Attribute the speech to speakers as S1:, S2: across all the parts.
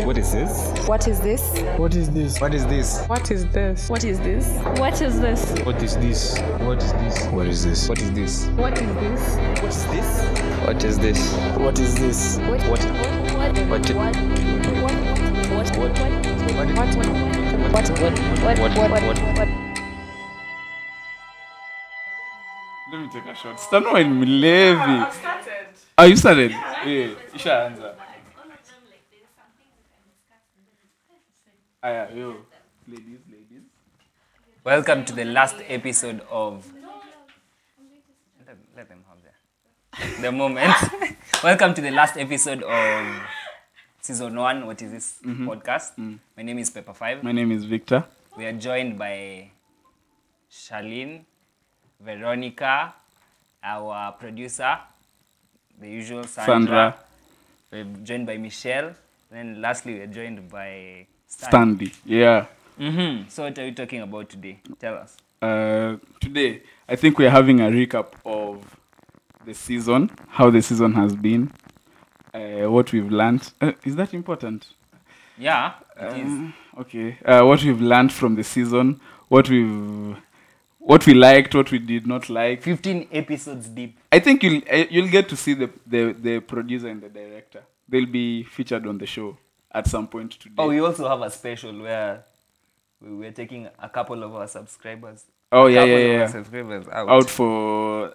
S1: What is this?
S2: What is this?
S3: What is this?
S1: What is this?
S4: What is this?
S2: What is this?
S5: What is this?
S3: What is this? What is this?
S1: What is this? What is this?
S2: What is this?
S1: What is this? What is
S3: What is this?
S1: this?
S2: What?
S1: What?
S5: What?
S1: What? What?
S5: What? What? What?
S1: What?
S2: What? What?
S5: What?
S1: What?
S5: What?
S1: What?
S5: What?
S6: Let me take a shot. Stand while we leave. Yeah, I've started. Oh, you started? Yeah. You should answer. Aya, yo. Ladies, ladies.
S7: Welcome to the last episode of. Let, let them have their the moment. Welcome to the last episode of season one. What is this podcast? My name is Pepper Five.
S6: Mm-hmm. Mm. My name is Victor.
S7: We are joined by Charlene, Veronica, our producer, the usual Sandra.
S6: Sandra.
S7: We're joined by Michelle. Then lastly, we're joined by Stan.
S6: Stanley. Yeah.
S7: Mhm. So, what are we talking about today? Tell us.
S6: Uh, today, I think we're having a recap of the season, how the season has been, uh, what we've learned. Uh, is that important?
S7: Yeah,
S6: Um,
S7: it is.
S6: Okay. Uh, what we've learned from the season, what we've, what we liked, what we did not like.
S7: 15 episodes deep.
S6: I think you'll eh, you'll get to see the, the the producer and the director. They'll be featured on the show at some point today.
S7: Oh, we also have a special where we we're taking a couple of our subscribers.
S6: Oh, yeah,
S7: couple
S6: yeah,
S7: of
S6: yeah.
S7: our subscribers out.
S6: out for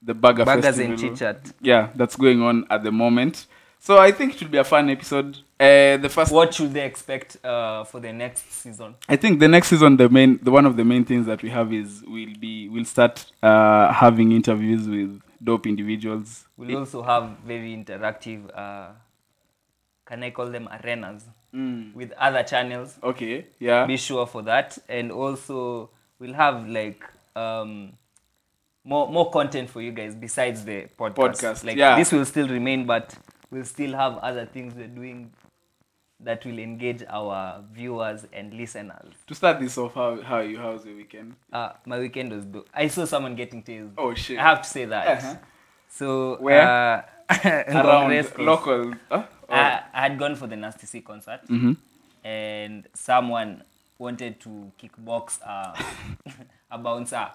S6: the Burger
S7: Burgers
S6: Festival.
S7: and chit chat.
S6: Yeah, that's going on at the moment. So I think it will be a fun episode. Uh, the first,
S7: What should they expect uh, for the next season?
S6: I think, the next season, the main, the one of the main things that we have is we'll be we'll start uh, having interviews with dope individuals.
S7: We'll also have very interactive. Uh, can I call them arenas
S6: Mm.
S7: with other channels?
S6: Okay, yeah.
S7: Be sure for that, and also we'll have like um, more more content for you guys besides the podcast.
S6: Podcast,
S7: like
S6: yeah.
S7: this will still remain, but we'll still have other things we're doing that will engage our viewers and listeners.
S6: To start this off, how how you how's your weekend?
S7: Uh, my weekend was do- I saw someone getting tased.
S6: Oh, shit.
S7: I have to say that.
S6: Uh-huh.
S7: So
S6: Where?
S7: Uh, in
S6: Around
S7: Congress Coast.
S6: local. Huh? Or-
S7: I, I had gone for the Nasty C concert,
S6: Mm-hmm.
S7: and someone wanted to kickbox uh, a bouncer,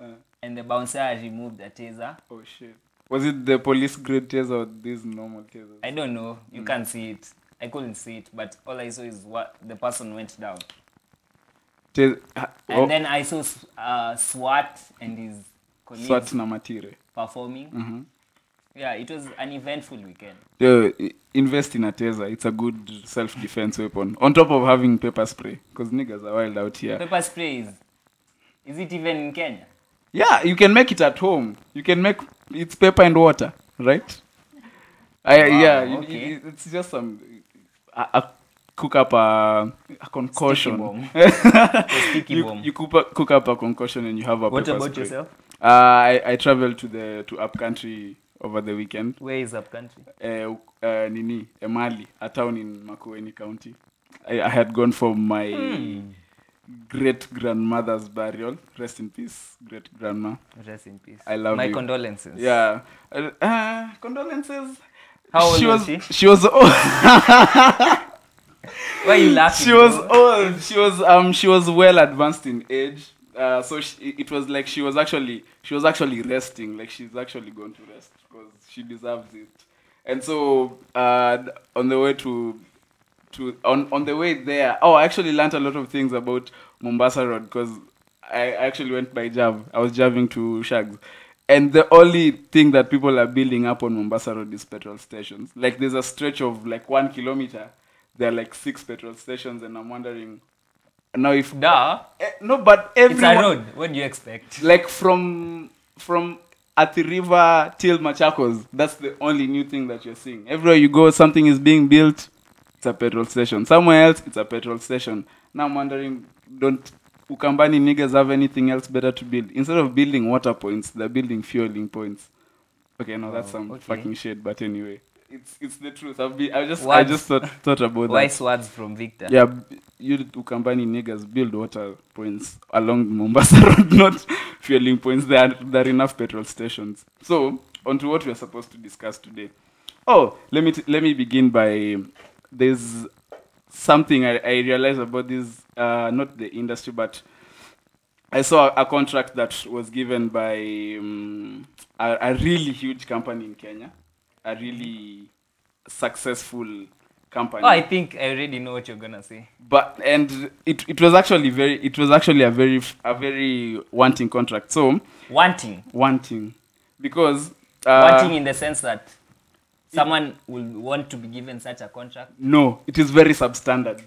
S6: Uh.
S7: and the bouncer had removed a taser.
S6: Oh shit. Was it the police grade taser or these normal tasers?
S7: I don't know. You can't see it. I couldn't see it, but all I saw is what the person went down,
S6: Tas- ha-
S7: and
S6: oh,
S7: then I saw s- uh, SWAT and his colleagues
S6: SWAT Mm-hmm. na matire.
S7: performing. Yeah, it was an eventful weekend.
S6: Yo, i- invest in a taser. It's a good self-defense weapon. On top of having pepper spray, because niggas are wild out here.
S7: Pepper spray is, is it even in Kenya?
S6: Yeah, you can make it at home. You can make it's pepper and water, right? I, yeah, you-
S7: okay.
S6: you- it's just some. I, I cook up a, a concoction.
S7: bomb. sticky
S6: you
S7: bomb.
S6: you cook, up, cook up a concoction and you have a.
S7: What
S6: pepper
S7: about
S6: spray.
S7: yourself?
S6: Uh, I, I traveled to the to upcountry over the weekend.
S7: Where is up country?
S6: Uh, uh, Nini, Emali, a town in Makueni County. I, I had gone for my
S7: Hmm.
S6: great grandmother's burial. Rest in peace, great grandma.
S7: Rest in peace.
S6: I love
S7: My
S6: you.
S7: condolences.
S6: Yeah. Uh, uh, condolences.
S7: How old
S6: she
S7: was
S6: was
S7: she?
S6: she was old.
S7: Why are you laughing?
S6: she was old. She was um she was well advanced in age. Uh, so she, it was like she was actually she was actually resting. Like she's actually going to rest because she deserves it. And so uh, on the way to to on on the way there, oh, I actually learnt a lot of things about Mombasa Road because I actually went by Jav. I was javing to Shags. And the only thing that people are building up on Mombasa Road is petrol stations. Like there's a stretch of like one kilometer. There are like six petrol stations, and I'm wondering now if
S7: Duh.
S6: eh, no, but
S7: It's a
S6: everyone
S7: road. What do you expect?
S6: like from from at the river till Machakos, that's the only new thing that you're seeing. Everywhere you go, something is being built. It's a petrol station. Somewhere else, it's a petrol station. Now I'm wondering, don't Ukambani niggas have anything else better to build? Instead of building water points, they're building fueling points. Okay, no, that's some
S7: Oh, okay.
S6: fucking shit. But anyway, it's it's the truth. I've been, I just I
S7: Words.
S6: just thought thought about that.
S7: Wise words from Victor.
S6: Yeah, b- you Ukambani niggas build water points along Mombasa Road, not fueling points. There are, there are enough petrol stations. So, on to what we're supposed to discuss today. Oh, let me t- let me begin by there's something I, I realized about this, uh, not the industry, but I saw a contract that was given by um, a, a really huge company in Kenya, a really successful company.
S7: Oh, I think I already know what you're gonna say.
S6: but and it, it was actually very it was actually a very a very wanting contract. So
S7: Wanting,
S6: wanting because uh,
S7: wanting in the sense that someone will want to be given such a contract.
S6: No, it is very substandard.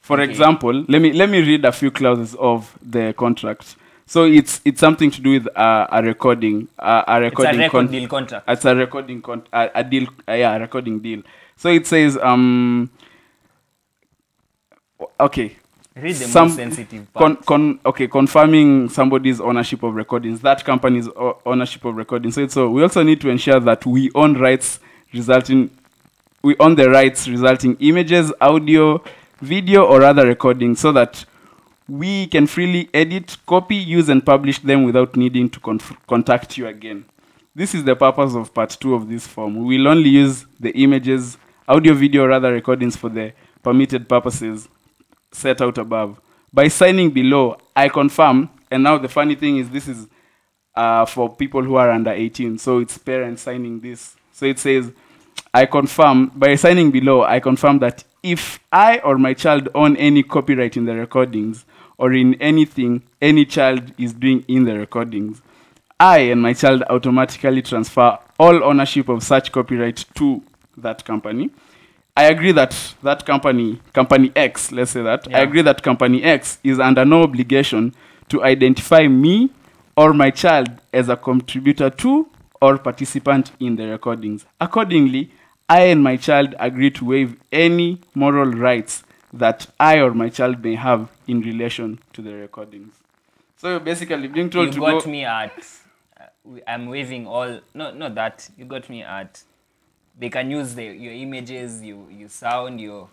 S6: For
S7: Okay.
S6: example, let me let me read a few clauses of the contract. So it's it's something to do with uh, a recording, uh, a
S7: It's a
S6: recording,
S7: record
S6: con-
S7: deal contract.
S6: It's a recording con- a, a deal, uh, yeah, a recording deal. So it says, um, okay,
S7: Read the
S6: some-
S7: most sensitive
S6: Con,
S7: part.
S6: con, okay, confirming somebody's ownership of recordings, that company's o- ownership of recordings. So, it's- so we also need to ensure that we own rights resulting, we own the rights resulting images, audio, video, or other recordings, so that we can freely edit, copy, use, and publish them without needing to conf- contact you again. This is the purpose of part two of this form. We will only use the images, audio, video, or other recordings for the permitted purposes set out above. By signing below, I confirm. And now the funny thing is, this is uh, for people who are under 18, so it's parents signing this. So it says, I confirm. By signing below, I confirm that if I or my child own any copyright in the recordings or in anything any child is doing in the recordings, I and my child automatically transfer all ownership of such copyright to that company. I agree that that company, company X, let's say that, I agree that company X is under no obligation to identify me or my child as a contributor to or participant in the recordings. Accordingly, I and my child agree to waive any moral rights that I or my child may have in relation to the recordings. So you're basically being told
S7: you
S6: to
S7: got
S6: go,
S7: me at uh, w- i'm waving all no not that you got me at they can use the, your images you you sound your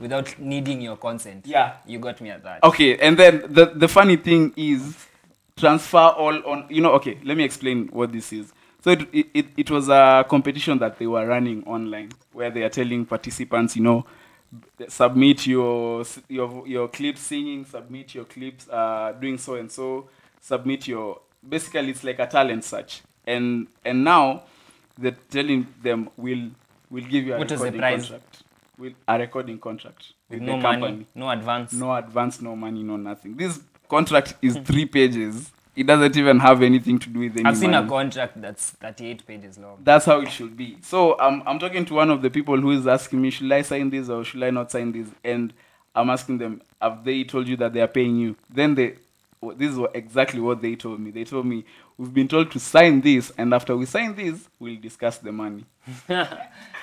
S7: without needing your consent
S6: Mm-hmm. Yeah.
S7: you got me at that
S6: Okay, and then the, the funny thing is transfer all on you know okay let me explain what this is so it, it, it, it was a competition that they were running online where they are telling participants you know b- submit your s- your vo- your clips singing submit your clips uh, doing so and so submit your basically it's like a talent search and and now they're telling them we'll we'll give you a
S7: What is the
S6: recording
S7: prize?
S6: contract with a recording contract
S7: with
S6: with
S7: no
S6: the
S7: money
S6: company
S7: no advance
S6: no advance, no money, no nothing. This contract is three pages. It doesn't even have anything to do with any
S7: i've seen
S6: money.
S7: a contract that's 38 pages long
S6: That's how it should be. So I'm, I'm talking to one of the people who is asking me, should I sign this or should I not sign this? And I'm asking them, have they told you that they are paying you? Then they, w- this is what- exactly what they told me. They told me, we've been told to sign this, and after we sign this, we'll discuss the money.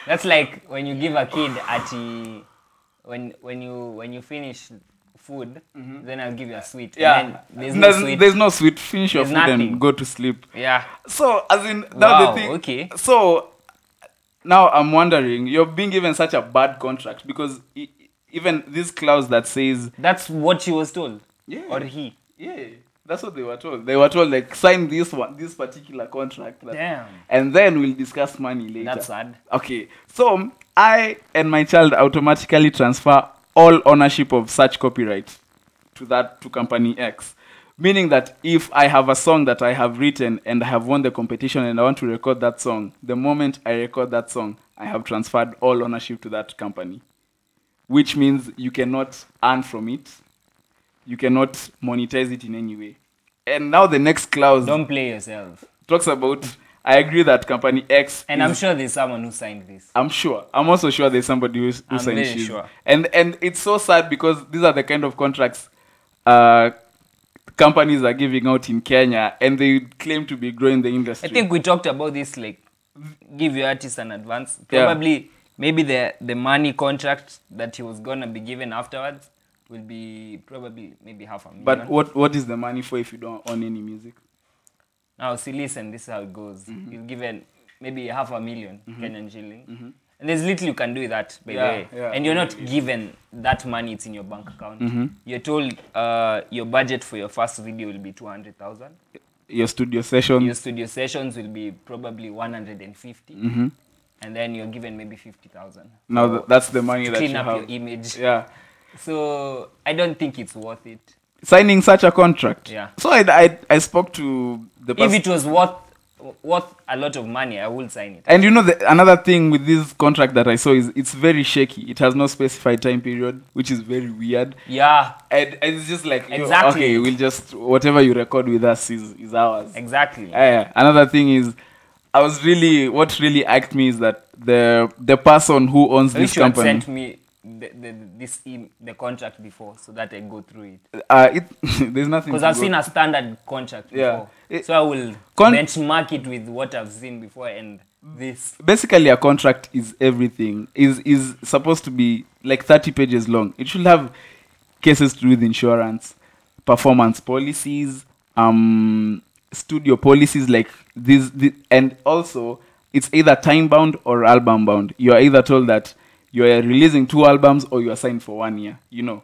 S7: that's like when you give a kid at the- when when you when you finish food then i'll give you a sweet and
S6: Mm-hmm. Yeah,
S7: then there's no sweet
S6: there's no sweet. Finish your
S7: There's
S6: food
S7: nothing.
S6: and go to sleep.
S7: yeah
S6: So, as in, that's
S7: Wow,
S6: the thing.
S7: okay.
S6: So, now I'm wondering, you're being given such a bad contract because e- even this clause that says,
S7: that's what she was told
S6: Yeah.
S7: or he
S6: yeah, that's what they were told. They were told, like, sign this one, this particular contract. that-
S7: Damn.
S6: And then we'll discuss money later.
S7: That's sad.
S6: Okay. So, I and my child automatically transfer all ownership of such copyright to that to company X. Meaning that if I have a song that I have written and I have won the competition and I want to record that song, the moment I record that song, I have transferred all ownership to that company. Which means you cannot earn from it. You cannot monetize it in any way. And now the next clause
S7: don't play yourself
S6: talks about I agree that company X
S7: And
S6: is
S7: I'm sure there's someone who signed this.
S6: I'm sure. I'm also sure there's somebody who's, who
S7: I'm
S6: signed
S7: very
S6: shoes.
S7: sure.
S6: And and it's so sad because these are the kind of contracts uh, companies are giving out in Kenya, and they claim to be growing the
S7: I
S6: industry.
S7: think we talked about this like give your artist an advance.
S6: Yeah.
S7: Probably maybe the the money contract that he was gonna be given afterwards will be probably maybe half a million.
S6: but what what is the money for if you don't own any music?
S7: now see listen, this is how it goes.
S6: Mm-hmm.
S7: You're given maybe half a 1000000 Kenyan shilling. And there's little you can do with that, by
S6: Yeah,
S7: the way.
S6: yeah. Mm-hmm.
S7: and you're not given that money, it's in your bank account. You're told uh, your budget for your first video will be 200,000.
S6: Your studio session.
S7: your studio sessions will be probably 150 and then you're given maybe 50,000
S6: Mm-hmm. Now th- that's the money
S7: to
S6: that you
S7: clean up
S6: have.
S7: your image.
S6: Yeah.
S7: So I don't think it's worth it.
S6: Signing such a contract.
S7: Yeah.
S6: So I, I, I spoke to the
S7: If
S6: person.
S7: it was worth worth a lot of money, I would sign it.
S6: and you know the, another thing with this contract that I saw is it's very shaky. It has no specified time period, which is very weird.
S7: Yeah,
S6: And, and it's just like yo,
S7: Exactly.
S6: okay, we'll just whatever you record with us is is ours.
S7: exactly.
S6: Eh, another thing is I was really what really irked me is that the the person who owns
S7: I
S6: this
S7: wish you had
S6: company
S7: sent me the, the, this em- the contract before so that I go through it.
S6: uh, it, there's nothing
S7: Because
S6: to
S7: I've
S6: go-
S7: seen a standard contract
S6: Yeah.
S7: before.
S6: It-
S7: so I will
S6: Con-
S7: benchmark it with what I've seen before and this.
S6: basically a contract is everything is is supposed to be like 30 pages long it should have cases to do with insurance performance policies um studio policies like this, this and also it's either time bound or album bound you are either told that you are releasing two albums or you are signed for one year you know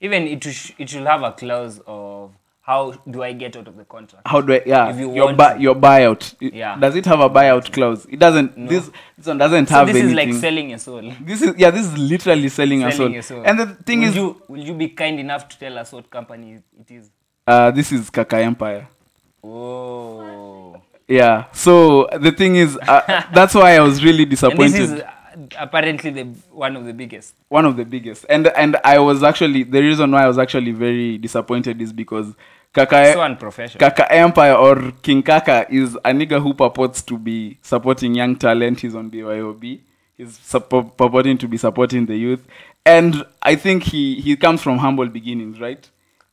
S7: Even it, sh- it should have a clause of how do I get out of the contract.
S6: how do I, yeah,
S7: If you
S6: your,
S7: want
S6: bu- your buyout. It-
S7: Yeah.
S6: Does it have a buyout clause? It doesn't. This this one doesn't
S7: So
S6: have
S7: this is
S6: anything.
S7: like selling your soul.
S6: this is yeah. This is literally selling, a soul.
S7: Selling your soul.
S6: And the thing
S7: will
S6: is,
S7: you, will you be kind enough to tell us what company it is?
S6: uh, this is Kaka Empire.
S7: Oh.
S6: Yeah. So the thing is, uh, that's why I was really
S7: And this
S6: disappointed.
S7: is uh, apparently the one of the biggest.
S6: one of the biggest. And and I was actually the reason why I was actually very disappointed is because Kaka.
S7: So unprofessional.
S6: Kaka Empire or King Kaka is a nigga who purports to be supporting young talent. He's on BYOB. He's suppo- purporting to be supporting the youth. And I think he, he comes from humble beginnings, right?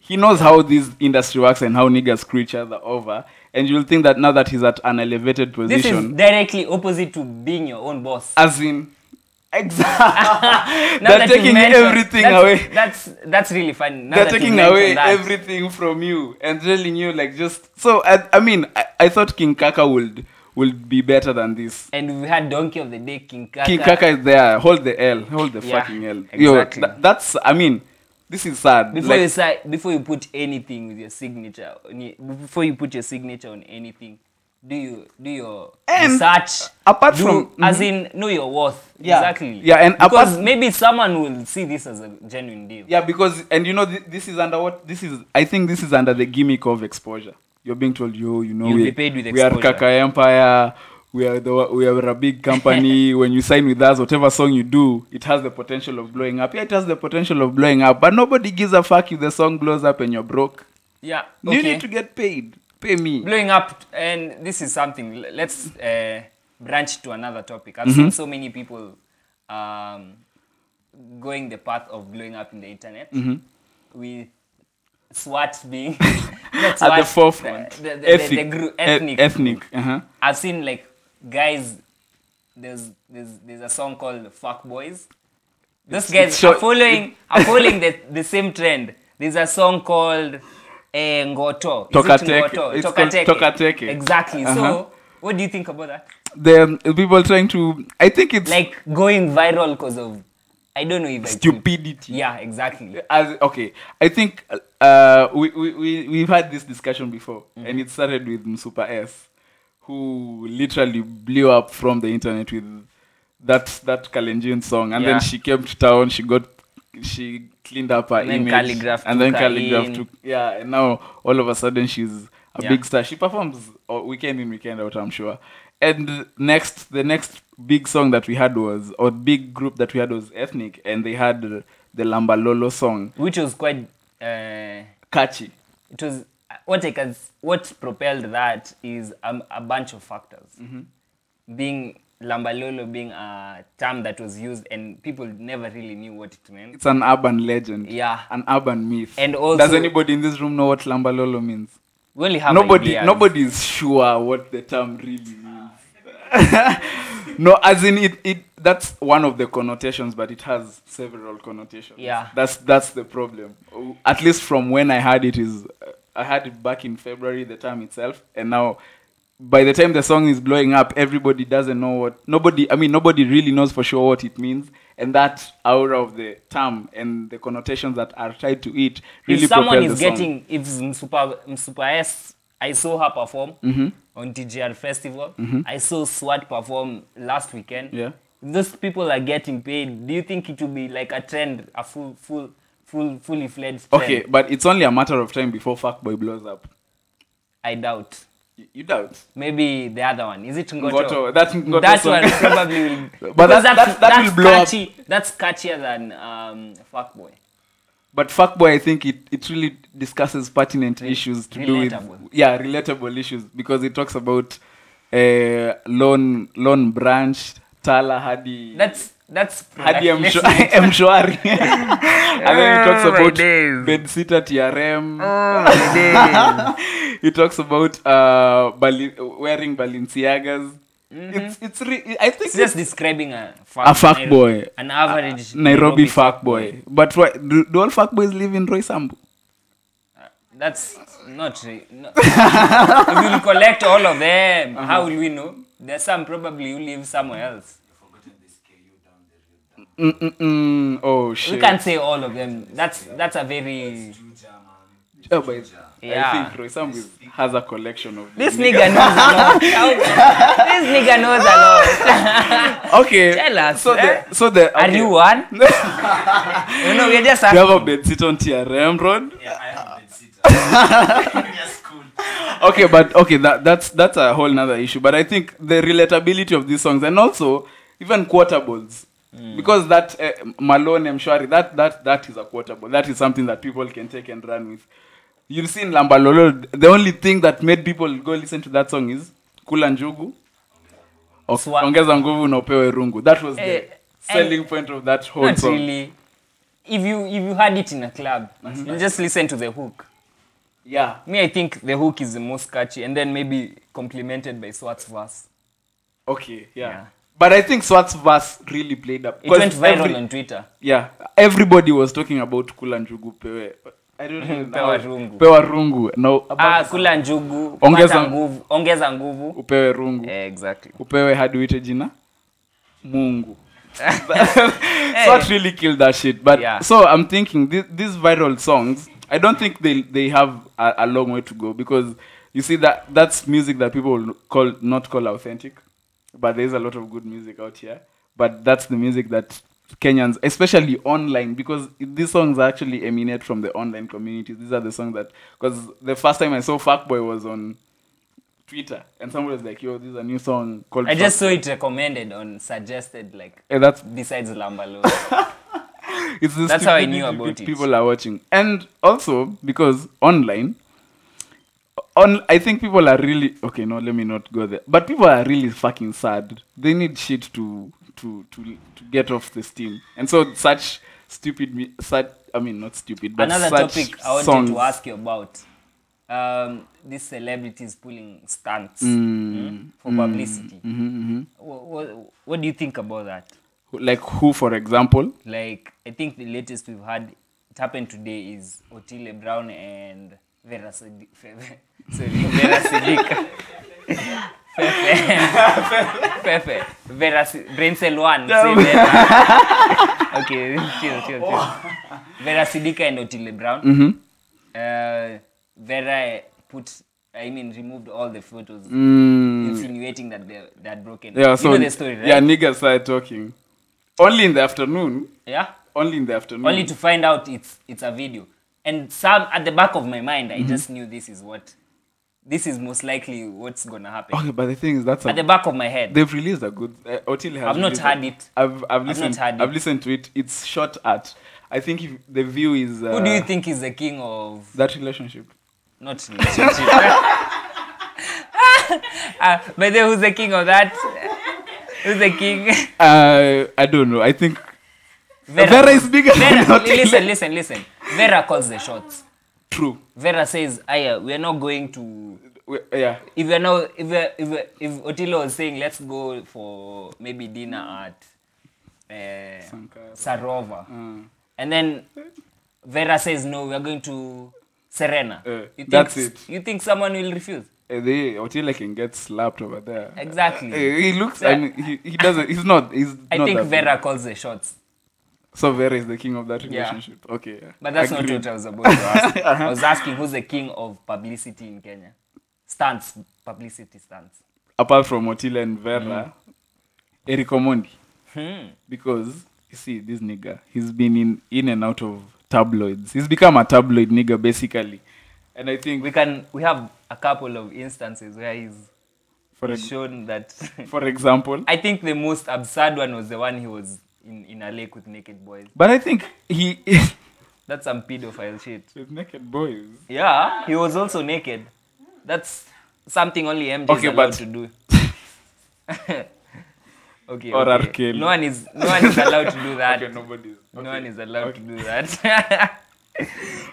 S6: He knows how this industry works and how niggas screw each other over. And you'll think that now that he's at an elevated
S7: This is
S6: position,
S7: directly opposite to being your own boss.
S6: as in, exactly.
S7: Now
S6: They're
S7: that you
S6: taking
S7: mention-
S6: everything
S7: that's,
S6: away.
S7: That's that's really funny. Now
S6: they're
S7: that you
S6: taking
S7: mention
S6: away
S7: that,
S6: everything from you and telling you like just so i, I mean I, I thought king kaka would would be better than this
S7: And we had donkey of the day, King Kaka.
S6: king kaka is there hold the l hold the
S7: Yeah,
S6: fucking l
S7: exactly.
S6: tha- that's i mean this is sad
S7: Before
S6: like,
S7: you si- before you put anything with your signature, on it- before you put your signature on anything, do you do your
S6: And
S7: research?
S6: Um, apart
S7: do-
S6: from- Mhm.
S7: as in know your worth.
S6: Yeah.
S7: Exactly.
S6: Yeah, and
S7: because
S6: apart-
S7: maybe someone will see this as a genuine deal.
S6: yeah because and you know thi- this is under what this is i think this is under the gimmick of exposure you're being told yo you know
S7: You'll
S6: we,
S7: be paid with
S6: we are
S7: exposure.
S6: kaka empire we are the we are a big company when you sign with us whatever song you do it has the potential of blowing up yeah it has the potential of blowing up but nobody gives a fuck if the song blows up and you're broke
S7: Yeah.
S6: you
S7: okay.
S6: need to get paid pay me
S7: blowing up and this is something l- let's uh, branch to another topic i've
S6: Mm-hmm.
S7: seen so many people um, going the path of blowing up in the internet
S6: Mm-hmm.
S7: with swat being not
S6: at the
S7: SWAT,
S6: forefront
S7: the, the, the,
S6: Ethic.
S7: the gru-
S6: E-
S7: ethnic
S6: ethnic uh-huh.
S7: i've seen like guys there's there's there's a song called fuck boys those guys
S6: it's short-
S7: are following are following the, the same trend there's a song called eh, ngoto Is it
S6: Tokateke.
S7: Ngoto?
S6: It's called
S7: Tokateke.
S6: Tokateke.
S7: exactly
S6: Uh-huh.
S7: so what do you think about that
S6: the um, people trying to i think it's
S7: like going viral because of i don't know if I could-
S6: stupidity
S7: yeah exactly
S6: as okay i think uh we, we, we we've had this discussion before and it started with msupa s who literally blew up from the internet with that that kalenjin song and
S7: Yeah.
S6: then she came to town she got she cleaned up her
S7: And then
S6: image
S7: Calligraph
S6: and
S7: took
S6: then
S7: her
S6: calligraph
S7: in.
S6: took yeah and now all of a sudden she's a
S7: Yeah.
S6: big star she performs uh, weekend in weekend out i'm sure and next the next big song that we had was or big group that we had was ethnic and they had uh, the lambalolo song
S7: which was quite uh,
S6: catchy
S7: it was what I can what propelled that is um, a bunch of factors.
S6: Mm-hmm.
S7: Being Lambalolo being a term that was used and people never really knew what it meant.
S6: it's an urban legend
S7: Yeah.
S6: an urban myth
S7: And also-
S6: does anybody in this room know what lambalolo means
S7: We only have
S6: nobody
S7: ideas.
S6: nobody is sure what the term really means no as in it, it that's one of the connotations but it has several connotations
S7: Yeah.
S6: that's that's the problem Oh, at least from when i heard it is uh, i heard it back in february the term itself and now by the time the song is blowing up everybody doesn't know what nobody i mean nobody really knows for sure what it means and that aura of the term and the connotations that are tied to it really
S7: if someone
S6: propel
S7: is
S6: the song.
S7: getting if Msupa Msupa S I saw her perform
S6: Mm-hmm.
S7: on TGR Festival. I saw Swat perform last weekend.
S6: Yeah.
S7: Those people are getting paid. Do you think it will be like a trend, a full, full, full, fully fledged trend?
S6: Okay, but it's only a matter of time before Fuckboy blows up.
S7: I doubt.
S6: You, you doubt?
S7: Maybe the other one. Is it Ngoto?
S6: Ngoto, that Ngoto
S7: that
S6: song.
S7: one probably will.
S6: But
S7: because
S6: that- that- that
S7: that's
S6: will blow up.
S7: catchy. That's catchier than um, Fuckboy.
S6: But Fuckboy, I think it, it really discusses pertinent issues to do
S7: relatable.
S6: with yeah relatable issues because it talks about uh, lone lone branch Tala Hadi
S7: That's that's.
S6: Hadi
S7: product
S6: Mshwa-
S7: placement.
S6: Mshwari, and then it talks
S7: Oh, my
S6: about
S7: days. Oh,
S6: bedsitter TRM. he talks about uh, Bali- wearing Balenciagas. It's it's re- I think
S7: Mm-hmm. It's just describing a fuck,
S6: A fuckboy.
S7: an average
S6: Nairobi, fuckboy. But why, do, do all fuckboys live in Roysambu?
S7: That's not. Re- no. if you'll collect all of them,
S6: Uh-huh.
S7: how will we know? There's some probably who live somewhere else.
S6: Mm-mm-mm. Oh shit!
S7: We can't say all of them. That's that's a very.
S6: Yeah, but I
S7: Yeah.
S6: think Roysambu is- has a collection of
S7: This
S6: these
S7: nigga knows a lot. this nigga knows a lot.
S6: niggas. Okay.
S7: Tell us,
S6: So
S7: eh?
S6: the so the
S7: Are
S6: okay.
S7: you one? you know, we're just.
S6: Do you have a bedsit on TRM road? Yeah, I have a bedsit. okay, but okay, that, that's that's a whole nother issue. But I think the relatability of these songs and also even quotables.
S7: Mm.
S6: Because that uh, Malone Mshwari, that that that is a quotable. That is something that people can take and run with. You've seen Lambalolo. The only thing that made people go listen to that song is Kula Njugu. Ok-
S7: Swa-
S6: Ongeza nguvu na upewe rungu. That was
S7: Eh,
S6: the selling point of that whole
S7: not
S6: song.
S7: really. If you if you had it in a club,
S6: Mm-hmm.
S7: you just listen to the hook.
S6: Yeah.
S7: Me, I think the hook is the most catchy, and then maybe complemented by Swat's verse.
S6: Okay, yeah.
S7: Yeah.
S6: But I think Swat's verse really played up.
S7: It went
S6: 'Cause
S7: viral
S6: every-
S7: on Twitter.
S6: Yeah, everybody was talking about Kula Njugu Pewe. I don't know.
S7: Pewa
S6: how-
S7: rungu.
S6: Pewa Rungu. No,
S7: Ah,
S6: about
S7: kula njugu,
S6: Ongeza-
S7: ongeza nguvu, ongeza nguvu.
S6: Upewe Rungu.
S7: Yeah, exactly.
S6: Upewe hadi uite jina Mungu. Swat really killed that shit. But
S7: Yeah.
S6: so I'm thinking thi- these viral songs, I don't think they they have a, a long way to go because you see that that's music that people will call not call authentic, but there is a lot of good music out here. But that's the music that Kenyans, especially online, because these songs actually emanate from the online community. These are the songs that because the first time I saw Fuckboy was on Twitter, and somebody was like, "Yo, this is a new song called."
S7: I just
S6: Fuck-
S7: saw it recommended on suggested like
S6: Eh, that's
S7: besides Lambalo.
S6: it's the
S7: That's how I knew
S6: stupidity
S7: about
S6: pe-
S7: it.
S6: People are watching, and also because online, on I think people are really okay. No, let me not go there. But people are really fucking sad. They need shit to to to to get off the steam, and so such stupid, mu- such I mean not stupid, but
S7: Another
S6: such
S7: topic I wanted
S6: songs.
S7: to ask you about. Um, these celebrities pulling stunts mm, Mm-hmm, for publicity. What, what, what do you think about that?
S6: Like who, for example?
S7: Like, I think the latest we've had, it happened today, is Otile Brown and Vera Sadiq. Sorry, Vera Sadiq. Fefe. Fefe. Vera Si- Brainsel 1. Say Vera. okay, chill, chill, chill.
S6: Oh.
S7: Vera Sidika and Otile Brown.
S6: Mm-hmm.
S7: Uh, Vera put, I mean, removed all the photos, insinuating that they're, they're broken.
S6: Mm. Yeah,
S7: you
S6: so
S7: know the story, right?
S6: yeah, niggas started talking. Only in the afternoon.
S7: yeah?
S6: Only in the afternoon.
S7: only to find out it's it's a video and some at the back of my mind
S6: Mm-hmm.
S7: i just knew this is what this is most likely what's gonna happen
S6: okay, but the thing is that's a
S7: at the back of my head
S6: They've released a good. Uh, Otil has
S7: I've not
S6: released
S7: heard
S6: a-
S7: it.
S6: I've I've
S7: not
S6: listened.
S7: heard it.
S6: I've listened to it. It's shot at. I think if the view is. Uh,
S7: who do you think is the king of
S6: That relationship.
S7: not relationship uh, but then who's the king of that who's the king
S6: Uh, I don't know. I think Vera, is bigger than
S7: vera
S6: Otil.
S7: listen listen listen vera calls the shots
S6: True.
S7: vera says aya we're not going to
S6: We, yeah.
S7: if you know if you're, if you're, if Otilo was saying let's go for maybe dinner at uh,
S6: Sankara. Mm.
S7: Sarova, and then Vera says no, we're going to Serena.
S6: Uh,
S7: you think
S6: that's
S7: s-
S6: it.
S7: You think someone will refuse?
S6: Uh, they Otil can get slapped over there.
S7: Exactly.
S6: Uh, he looks and he, he doesn't. He's not. He's.
S7: I
S6: not
S7: think
S6: that
S7: Vera calls the shots,
S6: big. So Vera is the king of that relationship. Okay. Yeah.
S7: but that's
S6: Agreed. Uh-huh.
S7: not what I was about to ask. I was asking who's the king of publicity in Kenya. stunts, publicity stunts.
S6: apart from Otile and
S7: Mm-hmm.
S6: Vera, Eric Omondi.
S7: Hmm.
S6: Because, you see, this nigga, he's been in, in and out of tabloids. He's become a tabloid nigga, basically. And I think,
S7: We can we have a couple of instances where he's
S6: for, ex-
S7: shown that.
S6: for example,
S7: I think the most absurd one was the one he was in, in a lake with naked boys.
S6: but I think he is
S7: That's some pedophile shit.
S6: with naked boys.
S7: Yeah, he was also naked. That's something only MJ
S6: Okay,
S7: is allowed
S6: but-
S7: to do. okay.
S6: Or R.
S7: okay.
S6: Kelly.
S7: No one is no one is allowed to do that.
S6: Okay, nobody's.
S7: No
S6: okay.
S7: one is allowed to do that.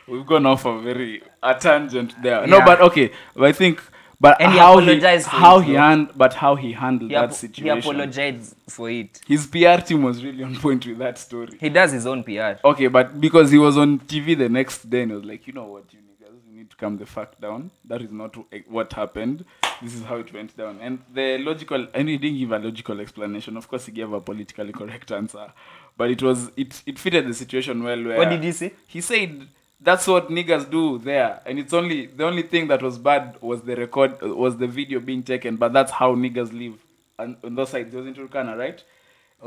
S6: We've gone off a very a tangent there. No,
S7: Yeah.
S6: but okay. But I think, but
S7: And he
S6: how he,
S7: apologized for
S6: how
S7: it,
S6: he
S7: though.
S6: hand, but how he handled
S7: he,
S6: that
S7: apo- he
S6: situation.
S7: apologized for it.
S6: His PR team was really on point with that story.
S7: He does his own PR.
S6: Okay, but because he was on TV the next day and he was like, you know what, you niggas, you need to calm the fuck down. That is not wh- what happened. This is how it went down. And the logical, and he didn't give a logical explanation. Of course, he gave a politically correct answer, but it was it it fitted the situation well. Where
S7: What did he say?
S6: He said. That's what niggas do there, and it's only the only thing that was bad was the record was the video being taken, but that's how niggas live, and on those sides, wasn't Turkana, right?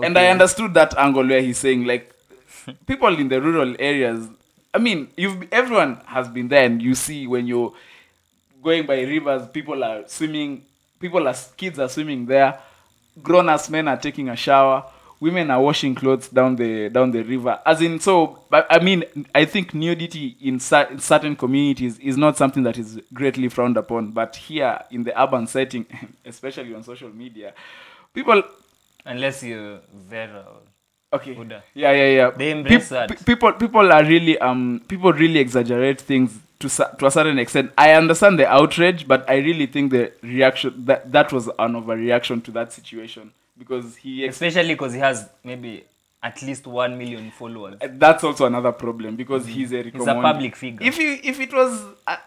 S6: And I understood that angle where he's saying like people in the rural areas. I mean, you've everyone has been there, and you see when you're going by rivers, people are swimming. People are kids are swimming there. Grown ass men are taking a shower. Women are washing clothes down the down the river. As in, so but I mean, I think nudity in, cer- in certain communities is not something that is greatly frowned upon. But here in the urban setting, especially on social media, people
S7: Unless you're Vera.
S6: okay
S7: Buddha.
S6: yeah yeah yeah
S7: They
S6: Peop-
S7: embrace that.
S6: pe- people people are really um people really exaggerate things to cer- to a certain extent i understand the outrage but i really think the reaction that that was an overreaction to that situation because he ex-
S7: Especially because he has maybe at least one million followers.
S6: that's also another problem because he's a
S7: Mm-hmm. He's a public figure.
S6: if you if it was uh,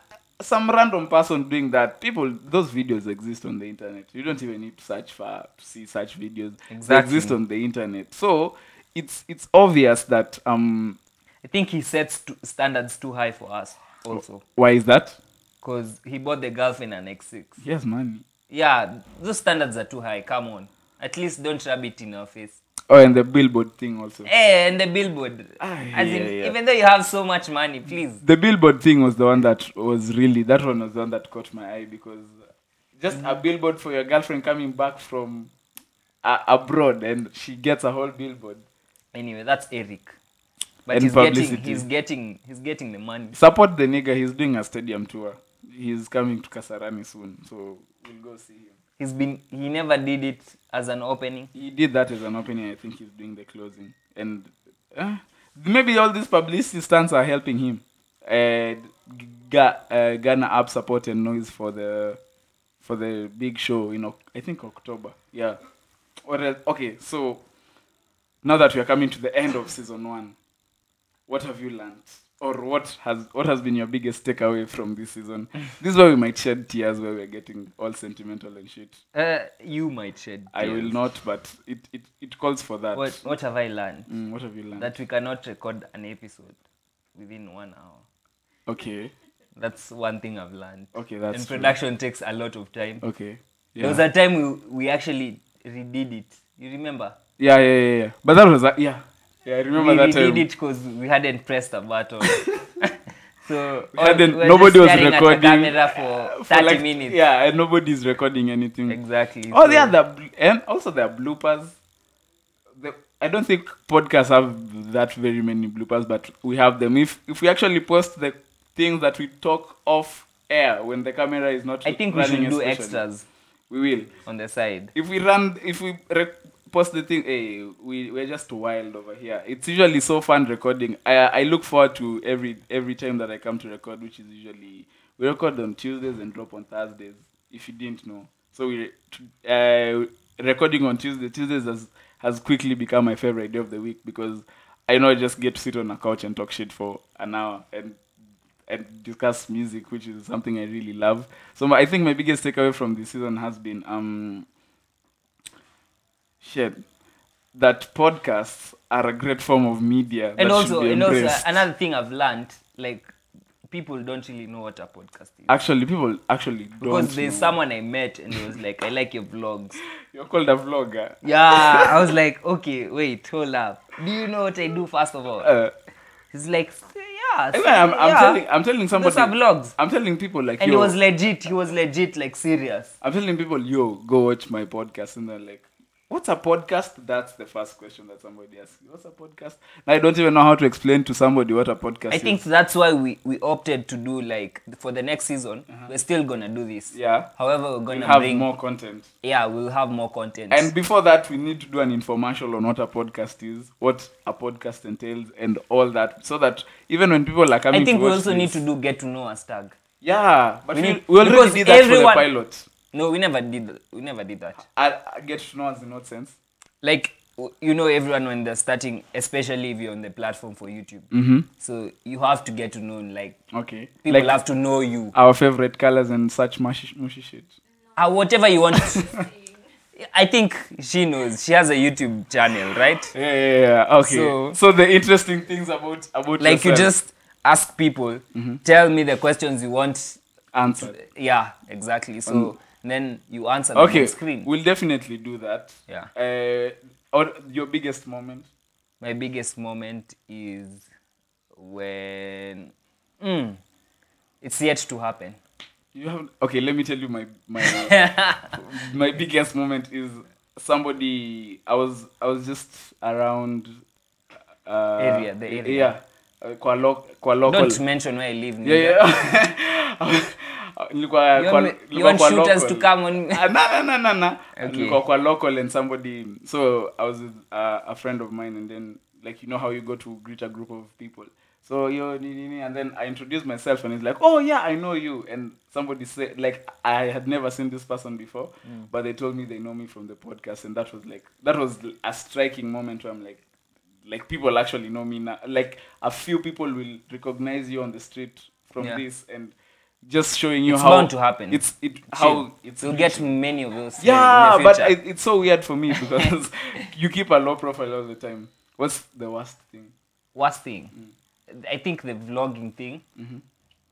S6: some random person doing that people those videos exist on the internet you don't even need to search for to see such videos they
S7: Exactly.
S6: exist on the internet so it's it's obvious that um
S7: I think he sets t- standards too high for us also.
S6: Why is that?
S7: Because he bought the girlfriend an X6.
S6: Yes, money.
S7: Yeah, those standards are too high. Come on. At least don't rub it in our face.
S6: Oh, and the billboard thing also.
S7: Eh, and the billboard.
S6: Ah,
S7: As
S6: yeah,
S7: in,
S6: yeah.
S7: even though you have so much money, please.
S6: The billboard thing was the one that was really that one was the one that caught my eye because just a billboard for your girlfriend coming back from uh, abroad and she gets a whole billboard.
S7: Anyway, that's Eric. But
S6: And
S7: he's
S6: publicity.
S7: getting he's getting he's getting the money.
S6: Support the nigga. He's doing a stadium tour. He's coming to Kasarani soon, so we'll go see him.
S7: He's been he never did it as an opening.
S6: He did that as an opening. I think he's doing the closing, and uh, maybe all these publicity stunts are helping him. Uh, G- Ga- uh, Ghana app support and noise for the for the big show in Oc- I think October. Yeah. Or else, okay, so now that we are coming to the end of season one, what have you learned, or what has what has been your biggest takeaway from this season? this is where we might shed tears, where we are getting all sentimental and shit.
S7: Uh, you might shed.
S6: I will
S7: tears.
S6: not, but it, it, it calls for that.
S7: What what have I learned?
S6: Mm, what have you learned?
S7: That we cannot record an episode within one hour.
S6: okay.
S7: That's one thing I've learned.
S6: Okay, that's
S7: and
S6: true.
S7: production takes a lot of time.
S6: Okay.
S7: There
S6: Yeah.
S7: was a time we, we actually redid it. You remember?
S6: yeah, yeah, yeah, yeah. But that was, a, yeah. Yeah, I remember
S7: we
S6: that um,
S7: redid
S6: time.
S7: it because we hadn't pressed a button. so
S6: We hadn't-
S7: were
S6: nobody
S7: just
S6: was
S7: staring
S6: recording.
S7: At the camera for
S6: For
S7: 30
S6: like-
S7: minutes.
S6: Yeah, and nobody's recording anything.
S7: Exactly.
S6: Oh,
S7: so-
S6: yeah, the, bl- and also there are bloopers. The, I don't think podcasts have that very many bloopers, but we have them. If if we actually post the things that we talk off air when the camera is not
S7: I think we
S6: running
S7: should do
S6: especially,
S7: extras
S6: We will.
S7: on the side.
S6: if we run if we rec- post the thing hey we, we're just wild over here it's usually so fun recording I, I look forward to every every time that i come to record which is usually we record on tuesdays and drop on thursdays if you didn't know so we t- uh, recording on tuesday tuesdays has, has quickly become my favorite day of the week because i know i just get to sit on a couch and talk shit for an hour and and discuss music, which is something I really love. So my, I think my biggest takeaway from this season has been um, shit that podcasts are a great form of media
S7: And
S6: that should
S7: also,
S6: be
S7: and also, uh,
S6: embraced.
S7: another thing I've learned, like people don't really know what a podcast is.
S6: Actually, people actually don't.
S7: Because there's
S6: know.
S7: someone I met and he was like, I like your vlogs.
S6: You're called a vlogger.
S7: Yeah, I was like, okay, wait, hold up. Do you know what I do first of all?
S6: Uh,
S7: He's like, "S- yeah.
S6: anyway,
S7: so-
S6: I'm, I'm
S7: yeah.
S6: telling I'm telling somebody.
S7: Those are vlogs.
S6: I'm telling people like
S7: And he
S6: yo.
S7: was legit. He was legit, like serious.
S6: I'm telling people yo go watch my podcast and they're like. What's a podcast? That's the first question that somebody asks you. What's a podcast? And I don't even know how to explain to somebody what a podcast
S7: I
S6: is.
S7: think that's why we, we opted to do like for the next season. We're still gonna do this.
S6: Uh-huh. Yeah.
S7: However, we're
S6: we
S7: gonna
S6: have
S7: bring.
S6: more content.
S7: Yeah, we'll have more content.
S6: And before that, we need to do an infomercial on what a podcast is, what a podcast entails, and all that, so that even when people are coming,
S7: I think
S6: to
S7: we
S6: watch
S7: also
S6: this-
S7: need to do get to know us tag.
S6: Yeah, but we,
S7: We
S6: we,
S7: need-
S6: already
S7: because
S6: did that for the
S7: everyone-
S6: pilot.
S7: No, we never did. th- We never did that.
S6: I, I get to know us in what sense?
S7: Like w- you know, everyone when they're starting, especially if you're on the platform for YouTube.
S6: Mm-hmm.
S7: So you have to get to know like
S6: Okay,
S7: people
S6: like
S7: have to know you.
S6: our favorite colors and such mushy, mushy shit.
S7: Uh, whatever you want. I think she knows. She has a YouTube channel, right?
S6: Yeah, yeah, yeah. Okay. So,
S7: So-
S6: the interesting things about about
S7: Like you
S6: yourself.
S7: just ask people,
S6: Mm-hmm.
S7: tell me the questions you want.
S6: answer.
S7: Yeah, exactly. So then you answer them
S6: Um, Okay,
S7: on screen.
S6: we'll definitely do that.
S7: Yeah.
S6: Uh, or your biggest moment.
S7: my biggest moment is when mm, it's yet to happen.
S6: You have okay. Let me tell you my my my biggest moment is somebody. I was I was just around uh,
S7: Area, the area.
S6: Yeah, uh, kwa, lo, kwa local.
S7: Don't mention where I live.
S6: yeah,
S7: nigga.
S6: yeah. Nilikuwa
S7: You
S6: kwa-
S7: want, me- you
S6: nilikuwa
S7: want
S6: kwa
S7: shooters to
S6: local.
S7: come on?
S6: Ah, no, no, no, no, no.
S7: Okay.
S6: Nilikuwa kwa local and somebody. So I was with uh, a friend of mine, and then like you know how you go to greet a group of people. So yo, ni- ni- ni, and then I introduced myself, and he's like, "Oh yeah, I know you." And somebody said, like, I had never seen this person before,
S7: Mm.
S6: but they told me they know me from the podcast, and that was like, that was a striking moment where I'm like, like people actually know me now. Like a few people will recognize you on the street from
S7: Yeah.
S6: this, and just showing you
S7: It's
S6: how
S7: bound to happen.
S6: It's it how
S7: How
S6: it's
S7: you'll get many of those. in-
S6: yeah,
S7: in the
S6: but
S7: future.
S6: it, it's so weird for me because you keep a low profile all the time. What's the worst thing?
S7: worst thing i think the vlogging thing
S6: Mm-hmm.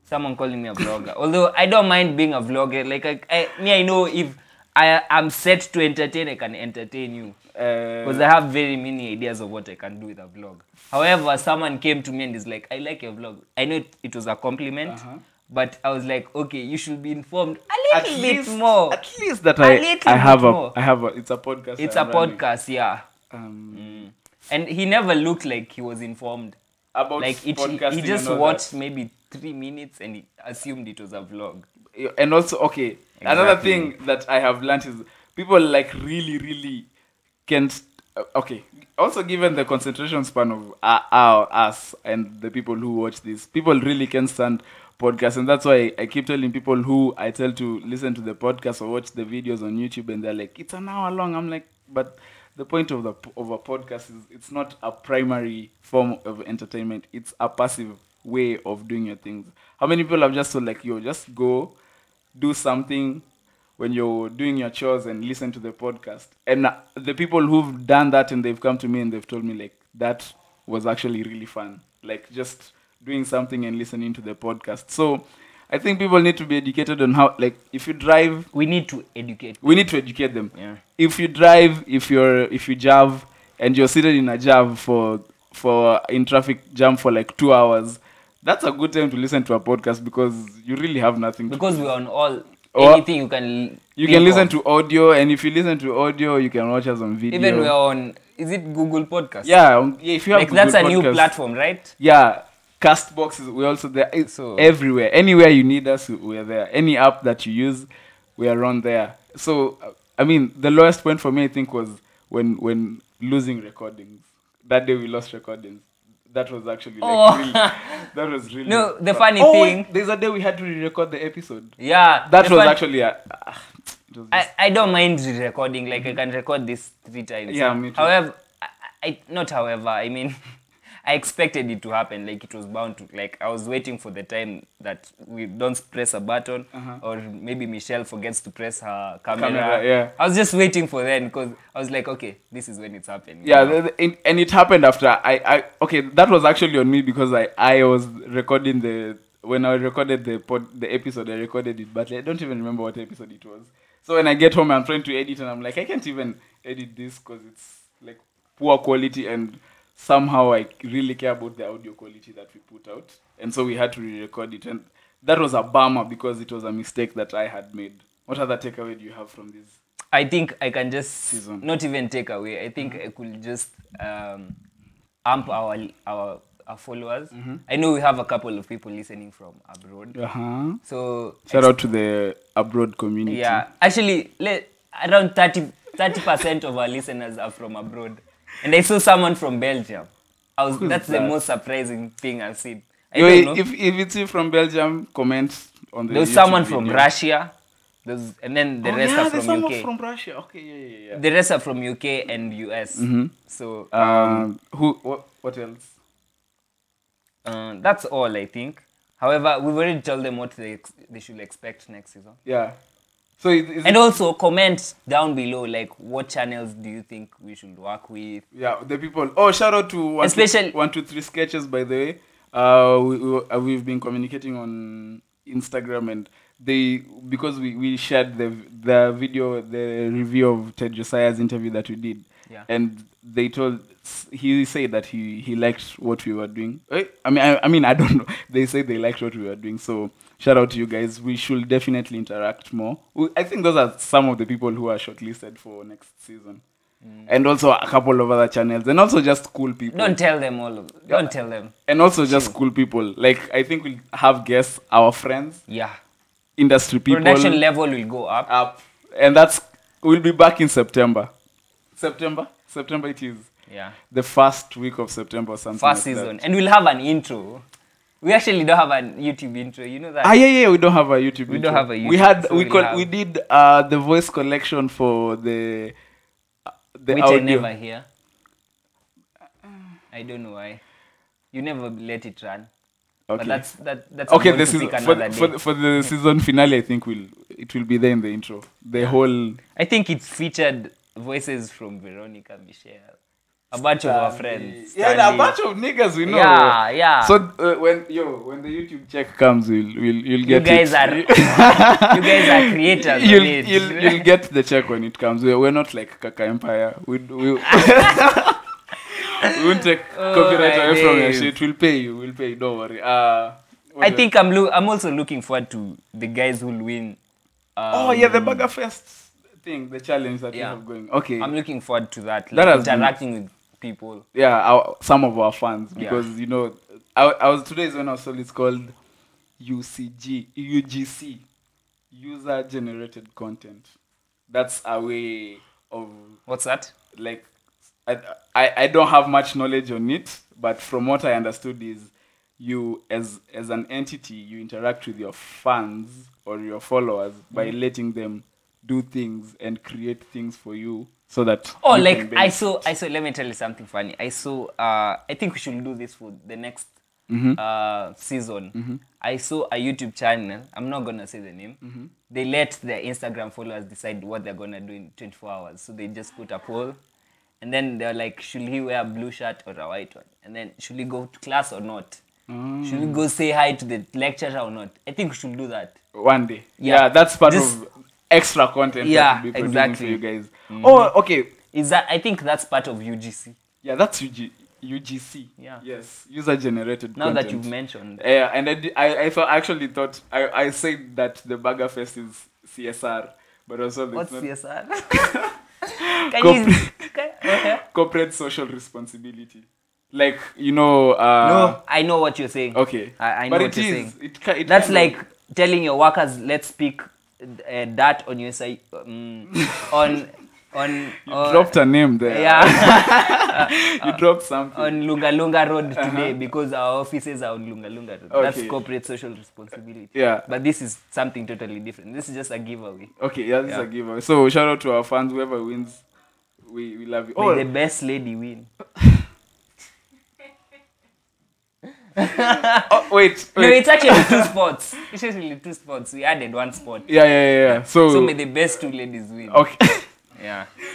S7: someone calling me a vlogger although i don't mind being a vlogger like I, I, me i know if i am set to entertain i can entertain you
S6: Uh,
S7: because i have very many ideas of what i can do with a vlog however someone came to me and is like i like your vlog i know it, it was a compliment
S6: Uh-huh.
S7: but i was like okay you should be informed a
S6: At
S7: little bit
S6: least,
S7: more
S6: At least that
S7: A
S6: I,
S7: little
S6: I have
S7: bit
S6: a
S7: more.
S6: I have a it's a podcast.
S7: it's a
S6: I'm running.
S7: podcast yeah
S6: Um,
S7: and he never looked like he was informed
S6: about
S7: like it, he,
S6: podcasting
S7: he just
S6: and all
S7: watched maybe three minutes and he assumed it was a vlog
S6: that. and also okay. Another thing that I have learnt is people like really really can't. uh, Okay. Also, given the concentration span of our, our us and the people who watch this, people really can stand podcasts, and that's why I keep telling people who I tell to listen to the podcast or watch the videos on YouTube, and they're like, "It's an hour long." I'm like, "But the point of the p- of a podcast is it's not a primary form of entertainment; it's a passive way of doing your things." How many people have just told like, "Yo, just go do something when you're doing your chores and listen to the podcast. And uh, the people who've done that and they've come to me and they've told me like that was actually really fun. Like just doing something and listening to the podcast. So I think people need to be educated on how like if you drive
S7: we need to educate
S6: we need to educate them.
S7: Yeah.
S6: If you drive, if you're if you jav and you're seated in a jav for for in traffic jam for like two hours, that's a good time to listen to a podcast because you really have nothing to
S7: because we're on all
S6: Or-
S7: anything you can
S6: you can
S7: think
S6: listen
S7: of.
S6: to audio, and if you listen to audio, you can watch us on video.
S7: even we're on is it google podcast
S6: yeah, um, yeah, if you have
S7: like that's a
S6: Google
S7: new
S6: Podcasts,
S7: platform right
S6: Yeah, Castbox is we're also there. It's
S7: So-
S6: everywhere, anywhere you need us, we're there. Any app that you use, we are on there. So, uh, I mean, the lowest point for me, I think, was when when losing recordings. That day we lost recordings. That was actually like
S7: Oh.
S6: really, that was really
S7: No, the
S6: fun.
S7: funny
S6: oh, wait,
S7: thing-
S6: there's a day we had to re-record the episode.
S7: yeah
S6: That
S7: the
S6: was
S7: fun-
S6: actually a. ah, it was
S7: I, I don't mind recording like i can record this three times
S6: Yeah, me too.
S7: however I, I not however i mean i expected it to happen like it was bound to like i was waiting for the time that we don't press a button or maybe michelle forgets to press her camera,
S6: Uh-huh. Camera, yeah.
S7: i was just waiting for then because i was like okay this is when it's happening
S6: yeah the, the- and- and it happened after I, I okay that was actually on me because i i was recording the when I recorded the pod, the episode, I recorded it, but I don't even remember what episode it was. So when I get home, I'm trying to edit, and I'm like, I can't even edit this because it's like poor quality, and somehow I really care about the audio quality that we put out, and so we had to re-record it, and that was a bummer because it was a mistake that I had made. What other takeaway do you have from this?
S7: I think I can just
S6: Season.
S7: not even take away. I think
S6: Mm-hmm.
S7: I could just um, amp our our, our followers.
S6: Mm-hmm.
S7: I know we have a couple of people listening from abroad.
S6: Uh huh.
S7: So
S6: Shout out to the abroad community.
S7: yeah, actually, le- around 30 percent of our listeners are from abroad, and I saw someone from Belgium. I was, that's the
S6: that?
S7: most surprising thing I've seen. I
S6: Yo,
S7: don't know.
S6: if if it's you from Belgium, comment on the.
S7: there was
S6: YouTube
S7: someone from
S6: video.
S7: Russia, there's, and then the
S6: Oh,
S7: rest
S6: yeah,
S7: are
S6: there's
S7: from
S6: someone
S7: UK.
S6: from Russia. Okay, yeah, yeah, yeah.
S7: the rest are from UK and US.
S6: Mm-hmm.
S7: So
S6: Um, who? What? What else?
S7: Uh, that's all I think. However, we've already told them what they ex- they should expect next season.
S6: Yeah. So is, is
S7: And
S6: it,
S7: also comment down below like what channels do you think we should work with?
S6: yeah, the people. Oh, shout out to one,
S7: Especially-
S6: two, one, two, three sketches. By the way, uh, we, we uh, we've been communicating on Instagram and they because we, we shared the the video the review of Ted Josiah's interview that we did.
S7: Yeah.
S6: And they told he said that he he liked what we were doing. Eh, I mean I, I mean I don't know. They said they liked what we were doing. So shout out to you guys. We should definitely interact more. We- I think those are some of the people who are shortlisted for next season. Mm. And also a couple of other channels and also just cool people.
S7: Don't tell them all. Of, don't tell them.
S6: and also just cool people. Like I think we'll have guests, our friends,
S7: Yeah.
S6: industry people
S7: Production level will go up.
S6: up. And that's we'll be back in September. September? September it is.
S7: Yeah.
S6: The first week of September or something.
S7: First
S6: like that.
S7: season, and we'll have an intro. We actually don't have a YouTube intro. You know that.
S6: Ah yeah, yeah, we don't have a YouTube.
S7: We
S6: intro.
S7: don't have a
S6: We
S7: YouTube,
S6: had
S7: so
S6: we
S7: we'll
S6: col-
S7: have-
S6: we did uh the voice collection for the uh, the
S7: which
S6: audio.
S7: I never hear. I don't know why. You never let it run. But
S6: okay.
S7: that's that. That's a
S6: okay,
S7: bone
S6: this
S7: to
S6: is
S7: pick
S6: for,
S7: another
S6: the- for,
S7: day.
S6: the- for the season finale. I think will it will be there in the intro. The whole
S7: I think it featured voices from Veronica Michelle, a bunch of our friends.
S6: yeah, a
S7: Stanley.
S6: bunch of niggas we know.
S7: Yeah, yeah.
S6: So uh, when yo when the YouTube check comes, you'll you'll, you'll
S7: you
S6: get
S7: guys
S6: it.
S7: are you guys are creators. of
S6: you'll,
S7: it.
S6: you'll, you'll get the check when it comes. We're, we're not like Kaka Empire. We we, we won't take copyright
S7: Oh, my
S6: away from your
S7: days.
S6: shit. We'll pay you. We'll pay you. Don't worry. Uh, what
S7: I
S6: else?
S7: think I'm loo I'm also looking forward to the guys who'll win. Um,
S6: oh yeah, the Burger Fest thing, the challenge that
S7: Yeah.
S6: we have going. Okay.
S7: I'm looking forward to that. Like
S6: That has been-
S7: interacting with people.
S6: yeah, our, some of our fans
S7: Yeah.
S6: because you know, I, I was today's when I saw it's called UCG UGC, user generated content. That's a way of
S7: What's that?
S6: like I, I I don't have much knowledge on it, but from what I understood is you as as an entity you interact with your fans or your followers
S7: Mm.
S6: by letting them do things and create things for you so that
S7: Oh,
S6: you
S7: like
S6: can
S7: I
S6: benefit.
S7: saw. I saw. Let me tell you something funny. I saw. Uh, I think we should do this for the next
S6: Mm-hmm.
S7: uh, season. I saw a YouTube channel. I'm not gonna say the name.
S6: Mm-hmm.
S7: They let their Instagram followers decide what they're gonna do in 24 hours. So they just put a poll, and then they're like, should he wear a blue shirt or a white one? And then should he go to class or not?
S6: Mm.
S7: Should we go say hi to the lecturer or not? I think we should do that.
S6: one day.
S7: Yeah.
S6: Yeah, that's part
S7: This-
S6: of extra content.
S7: Yeah,
S6: that we'll be producing
S7: exactly. Mm-hmm.
S6: For you guys. Oh, okay.
S7: Is that? I think that's part of UGC.
S6: Yeah, that's UG, UGC.
S7: Yeah.
S6: Yes, user generated.
S7: Now that
S6: content.
S7: you've mentioned.
S6: Yeah, and I, di- I, I thought, I actually thought I, I said that the Burger Fest is CSR, but also it's
S7: What's
S6: not
S7: CSR? can
S6: Go-
S7: you? Can, okay.
S6: corporate social responsibility. Like you know, uh,
S7: no, I know what you're saying.
S6: okay,
S7: I, I know
S6: but
S7: what
S6: it
S7: you're
S6: is.
S7: saying.
S6: It, ca- it
S7: That's
S6: kind of-
S7: like telling your workers, let's speak uh, that on your side, um, on on
S6: you
S7: on-
S6: dropped a name there.
S7: yeah
S6: you dropped something.
S7: on Lunga Lunga Road today because our offices are on Lunga Lunga Road. That's
S6: Uh-huh. Okay.
S7: corporate social responsibility.
S6: Yeah.
S7: but this is something totally different. This is just a giveaway.
S6: okay, yeah, this
S7: Yeah.
S6: is a giveaway. So shout out to our fans. Whoever wins, we, we love you.
S7: May
S6: Oh,
S7: the best lady win.
S6: oh, wait,
S7: No,
S6: wait.
S7: it's actually two spots. It's actually two spots. We added one spot.
S6: yeah, yeah, yeah, yeah. So,
S7: So may the best two ladies win.
S6: okay.
S7: Yeah.
S5: There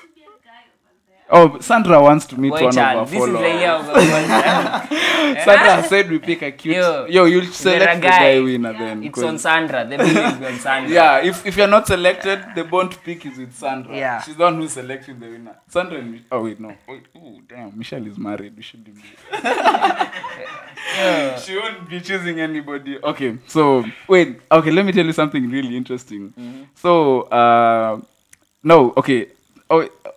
S5: should be a guy over there.
S6: Oh, Sandra wants to meet
S7: Boy,
S6: one of
S7: Chan,
S6: our
S7: this is the
S6: followers.
S7: year of the world.
S6: Sandra said we pick a cute.
S7: Yo,
S6: Yo, you'll
S7: there a
S6: select the
S7: guy.
S6: guy winner then.
S7: It's
S6: 'cause-
S7: on Sandra. The bill is on Sandra.
S6: yeah, if, if you're not selected, the bond pick is with Sandra.
S7: Yeah.
S6: She's the one who's selecting the winner. Sandra and Mich- Oh, wait, no. Wait, ooh, damn. Michelle is married. We should be. She won't be choosing anybody. Okay, so, wait. Okay, let me tell you something really interesting.
S7: Mm-hmm.
S6: So, uh, no, okay. Oh, wait, uh,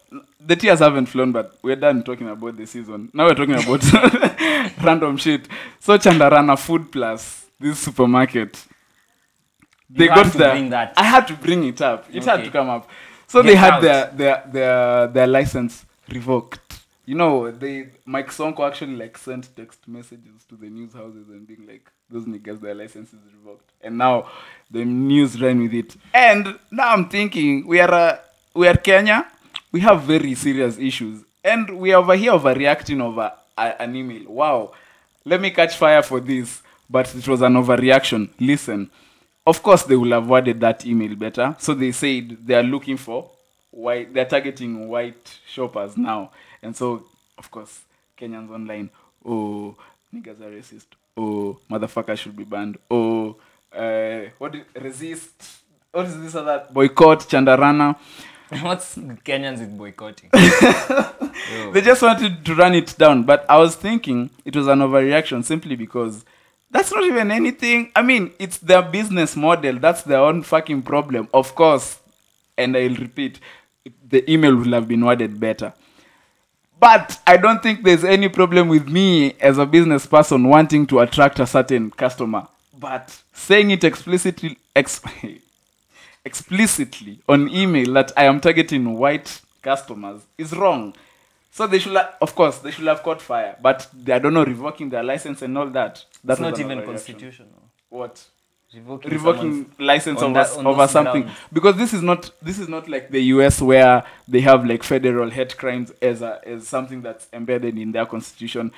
S6: the tears haven't flown, but we're done talking about the season. Now we're talking about random shit. So, Chandarana Food Plus, this supermarket they
S7: You had
S6: got
S7: to
S6: their,
S7: bring that.
S6: I had to bring it up. It had
S7: Okay.
S6: to come up. So
S7: Get
S6: they had
S7: out.
S6: their, their their their license revoked. You know, they Mike Sonko actually like sent text messages to the news houses and being like, "Those niggas, their license is revoked." And now the news ran with it. And now I'm thinking, we are uh, we are Kenya. We have very serious issues, and we are over here overreacting over a, an email. Wow, let me catch fire for this, but it was an overreaction. Listen, of course they will have worded that email better. So they said they are looking for white. They are targeting white shoppers now, and so of course Kenyans online. Oh, niggas are racist. Oh, motherfucker should be banned. Oh, uh, what do- resist? What is this other boycott? Chandarana.
S7: What's Kenyans with boycotting?
S6: They just wanted to run it down. But I was thinking it was an overreaction simply because that's not even anything. I mean, it's their business model. That's their own fucking problem. Of course, and I'll repeat, the email would have been worded better. But I don't think there's any problem with me as a business person wanting to attract a certain customer. But saying it explicitly, ex- explicitly on email that I am targeting white customers is wrong. So they should, ha- of course, they should have caught fire. But they, I don't know, revoking their license and all that. That's
S7: That's not even constitutional.
S6: What?
S7: Revoking,
S6: revoking license
S7: on
S6: over,
S7: that- on
S6: over
S7: those
S6: something
S7: grounds.
S6: because this is not this is not like the US where they have like federal hate crimes as a, as something that's embedded in their constitution.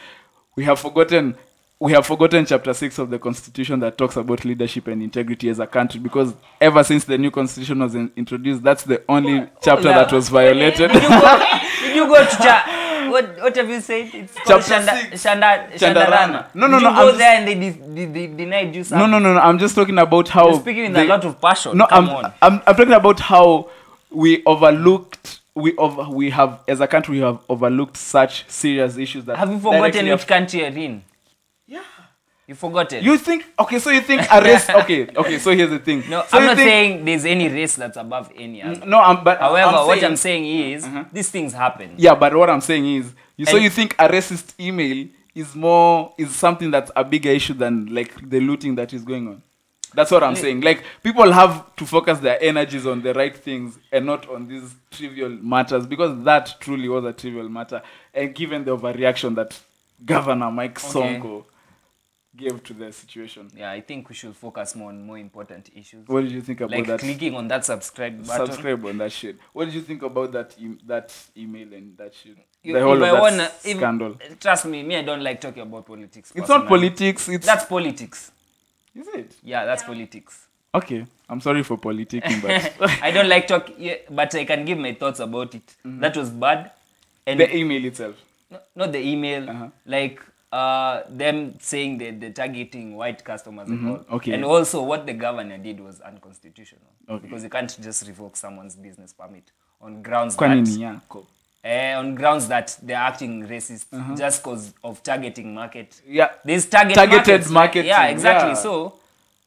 S6: We have forgotten we have forgotten chapter 6 of the constitution that talks about leadership and integrity as a country because ever since the new constitution was in, introduced that's the only
S7: Oh,
S6: chapter
S7: hold
S6: that
S7: on.
S6: was violated.
S7: Did you go, did you go to Cha- what, what have you said? It's called
S6: Chapter
S7: Shanda,
S6: six.
S7: Shanda, Shandarana.
S6: Chandarana. No, no,
S7: did
S6: no, I'm
S7: You go
S6: just-
S7: there and they, de- de- de- denied you
S6: no,
S7: something.
S6: no, no, no. I'm just talking about how
S7: You're speaking with a
S6: they-
S7: lot of passion.
S6: No,
S7: Oh, Come
S6: I'm,
S7: on.
S6: I'm I'm talking about how we overlooked we over we have as a country we have overlooked such serious issues that
S7: Have you forgotten
S6: directly
S7: which
S6: aff-
S7: country you're in? Yeah. You forgotten?
S6: you think okay so you think a race okay okay so here's the thing
S7: no,
S6: so
S7: I'm
S6: you
S7: not
S6: think-
S7: saying there's any race that's above any other.
S6: no I'm but
S7: However,
S6: I'm
S7: what
S6: saying- uh-huh.
S7: I'm saying is these things happen.
S6: yeah but what I'm saying is you, so
S7: And-
S6: you think a racist email is more is something that's a bigger issue than like the looting that is going on that's what I'm saying like people have to focus their energies on the right things and not on these trivial matters because that truly was a trivial matter and given the overreaction that governor Mike
S7: Okay.
S6: Sonko gave to the situation
S7: Yeah, I think we should focus more on more important issues.
S6: what did you think about
S7: like
S6: that
S7: clicking on that subscribe button.
S6: subscribe on that shit. What did you think about that e- that email and that shit?
S7: You-
S6: the whole
S7: if
S6: of
S7: I
S6: that
S7: wanna-
S6: s-
S7: if-
S6: scandal.
S7: Trust me, me I don't like talking about politics.
S6: it's not
S7: personally.
S6: politics. It's
S7: That's politics.
S6: is it?
S7: Yeah, that's politics.
S6: Okay, I'm sorry for politicking, but
S7: I don't like talk, yeah, but I can give my thoughts about it. That was bad, and
S6: Mm-hmm. the email itself.
S7: no, not the email,
S6: Uh-huh.
S7: like uh, them saying that they're targeting white customers and all.
S6: Mm-hmm. Okay.
S7: And also, what the governor did was unconstitutional
S6: Okay.
S7: because you can't just revoke someone's business permit on grounds
S6: Kwa
S7: that
S6: nini yako?
S7: eh, on grounds that they're acting racist
S6: Uh-huh.
S7: just because of targeting market.
S6: Yeah.
S7: There's target
S6: Targeted
S7: markets, right?
S6: marketing,
S7: Yeah, exactly.
S6: yeah.
S7: So